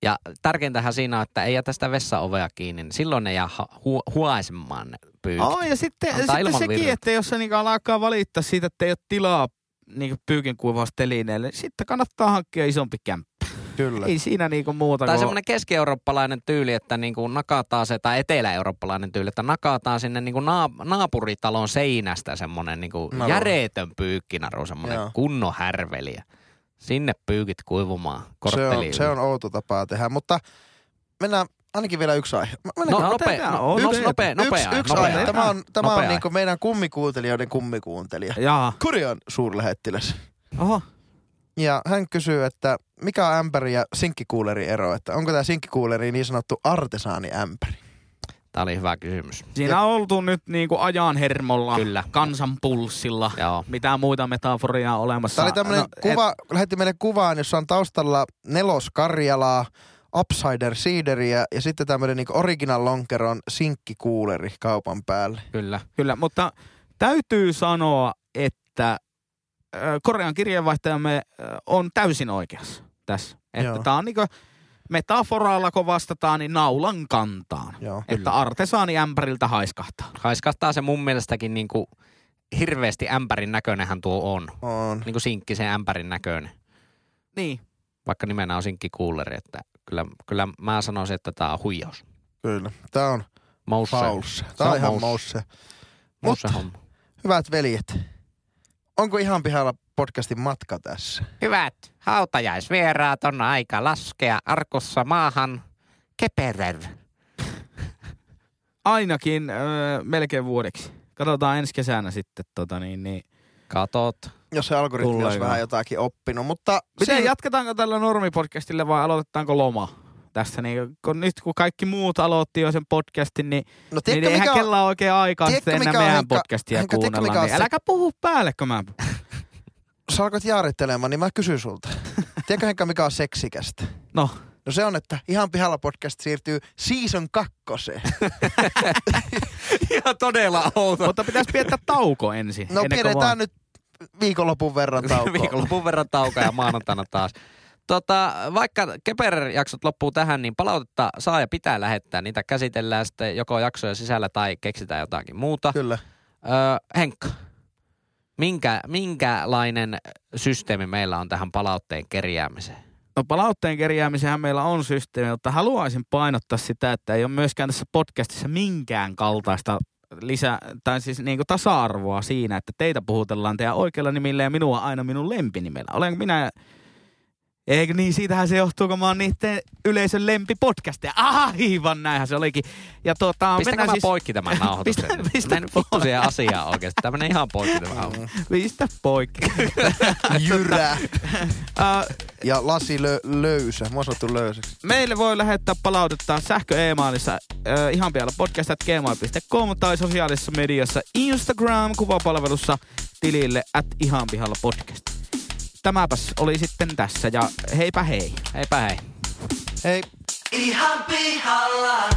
S3: Ja tärkeintähän siinä on, että ei jätä sitä vessaovea kiinni, niin silloin ne jää ha- hu- huaisemaan ne pyykit.
S4: Oh, ja sitten,
S3: Antaa
S4: sitten
S3: ilman
S4: sekin,
S3: virtaa.
S4: että jos se niinku alkaa valittaa siitä, että ei ole tilaa niinku pyykin kuivaustelineelle, niin sitten kannattaa hankkia isompi kämppä.
S5: Kyllä.
S4: Ei siinä niinku muuta
S3: Tai
S4: kuin...
S3: semmoinen keski-eurooppalainen tyyli, että niin kuin nakataan se, tai etelä-eurooppalainen tyyli, että nakataan sinne niin kuin naap- naapuritalon seinästä semmoinen niin kuin
S5: Naru.
S3: järeetön pyykkinaru, semmoinen
S5: Joo.
S3: kunnon härveliä. Sinne pyykit kuivumaan
S5: Se on,
S3: kortteliin.
S5: se on outo tapa tehdä, mutta mennään ainakin vielä yksi aihe. Mä-
S3: No,
S5: Mennään
S3: no
S4: No,
S3: nopea,
S4: tätä
S3: no,
S4: on.
S3: yksi,
S4: Yksi-
S3: nopea, nopea,
S5: yksi, yksi
S3: nopea.
S5: aihe. Tämä on, tämä on
S3: Nopea.
S5: niin meidän kummikuuntelijoiden kummikuuntelija.
S4: Jaa.
S5: Kurjan suurlähettiläs.
S4: Oho.
S5: Ja hän kysyy, että mikä on ämpäri ja sinkkikuuleri ero? Että onko tämä sinkkikuuleri niin sanottu artesaaniämpäri?
S3: Tämä oli hyvä kysymys.
S4: Siinä on oltu nyt niinku ajan hermolla,
S3: Kyllä.
S4: kansan pulssilla,
S5: Ah,
S3: Joo.
S4: mitä muita metaforiaa on olemassa.
S5: Tämä oli tämmöinen no, kuva, et... lähetti meille kuvaan, jossa on taustalla nelos Karjalaa, Upsider Seederiä ja sitten tämmöinen niin original lonkeron sinkkikuuleri kaupan päälle.
S3: Kyllä.
S4: Kyllä, mutta täytyy sanoa, että ö, Korean kirjeenvaihtajamme ö, on täysin oikeassa tässä. Että
S5: Joo.
S4: tämä on niinku metaforalla, kun vastataan, niin naulan kantaan.
S5: Joo.
S4: Että artesaani ämpäriltä haiskahtaa.
S3: Haiskahtaa se mun mielestäkin niin kuin hirveästi ämpärin näköinenhän tuo on.
S5: On.
S3: Niin kuin sinkki sen ämpärin näköinen.
S4: Niin.
S3: Vaikka nimenä on sinkkikuuleri, että kyllä, kyllä mä sanoisin, että tämä on huijaus.
S5: Kyllä. Tämä on
S3: Mousse.
S5: fausse.
S3: Se
S5: Tämä
S3: on
S5: on ihan
S3: mousse.
S5: mousse.
S3: Mousse
S5: Mutta-
S3: homma.
S5: Hyvät veljet, onko ihan pihalla podcastin matka tässä?
S3: Hyvät hautajaisvieraat, on aika laskea arkussa maahan. Keperer.
S4: Ainakin ö, melkein vuodeksi. Katsotaan ensi kesänä sitten. Tota niin, niin.
S3: Katot.
S5: Jos se algoritmi olisi
S4: Tulleeko?
S5: vähän jotakin oppinut, mutta...
S4: Miten
S5: siinä-
S4: jatketaanko tällä normipodcastilla vai aloitetaanko loma? Tästä niin, kun nyt kun kaikki muut aloitti jo sen podcastin, niin
S5: no,
S4: Tiedätkö, niin eihän on, kella oikein aikaa
S5: tiedätkö,
S4: sitten enää
S5: mikä on
S4: meidän
S5: Henkka-
S4: podcastia
S5: Henkka, tiedätkö,
S4: kuunnella.
S5: mikä on
S4: Niin
S5: se-
S4: äläkä puhu päälle, kun mä...
S5: sä alkoit jaarittelemaan, niin mä kysyn sulta. Tiedätkö Henkka, mikä on seksikästä?
S4: No,
S5: No se on, että ihan pihalla podcast siirtyy season kakkoseen. No
S3: Ihan todella outo.
S4: mutta pitäisi piettää tauko ensin.
S5: No
S4: ennen kuin
S5: pidetään
S4: vaan-
S5: nyt viikonlopun verran taukoa.
S3: Viikonlopun verran tauko ja maanantaina taas. Tota, vaikka Keperer-jaksot loppuu tähän, niin palautetta saa ja pitää lähettää. Niitä käsitellään sitten joko jaksoja sisällä tai keksitään jotakin muuta.
S5: Kyllä.
S3: Öö, Henkka, Minkä, minkälainen systeemi meillä on tähän palautteen kerjäämiseen?
S4: No palautteen kerjäämisenhän meillä on systeemi, mutta haluaisin painottaa sitä, että ei ole myöskään tässä podcastissa minkään kaltaista lisä, tai siis niin kuin tasa-arvoa siinä, että teitä puhutellaan teidän oikealla nimillä ja minua aina minun lempinimellä. Olen minä, eikö niin, siitähän se johtuu, kun mä oon niiden yleisön lempipodcasteja. Aivan näinhän se olikin. Ja tuota,
S3: Pistäkö
S4: mennään
S3: mä
S4: siis-
S3: siis... poikki tämän nauhoituksen?
S4: Pistä- pistä
S3: Mennään nyt vittu siihen asiaan oikeasti. Tämä menee ihan poikki tämä nauhoitus.
S4: Pistä poikki.
S5: Jyrä
S4: Äh,
S5: ja lasi lö- löysä. Mua sanottu löysäksi.
S4: Meille voi lähettää palautetta sähkö e-mailissa äh, ihan vielä podcast.gmail.com tai sosiaalisessa mediassa Instagram-kuvapalvelussa tilille at ihan pihalla podcast. Tämäpäs oli sitten tässä ja heipä hei.
S3: Heipä hei.
S5: Hei.
S2: ihan pihalla.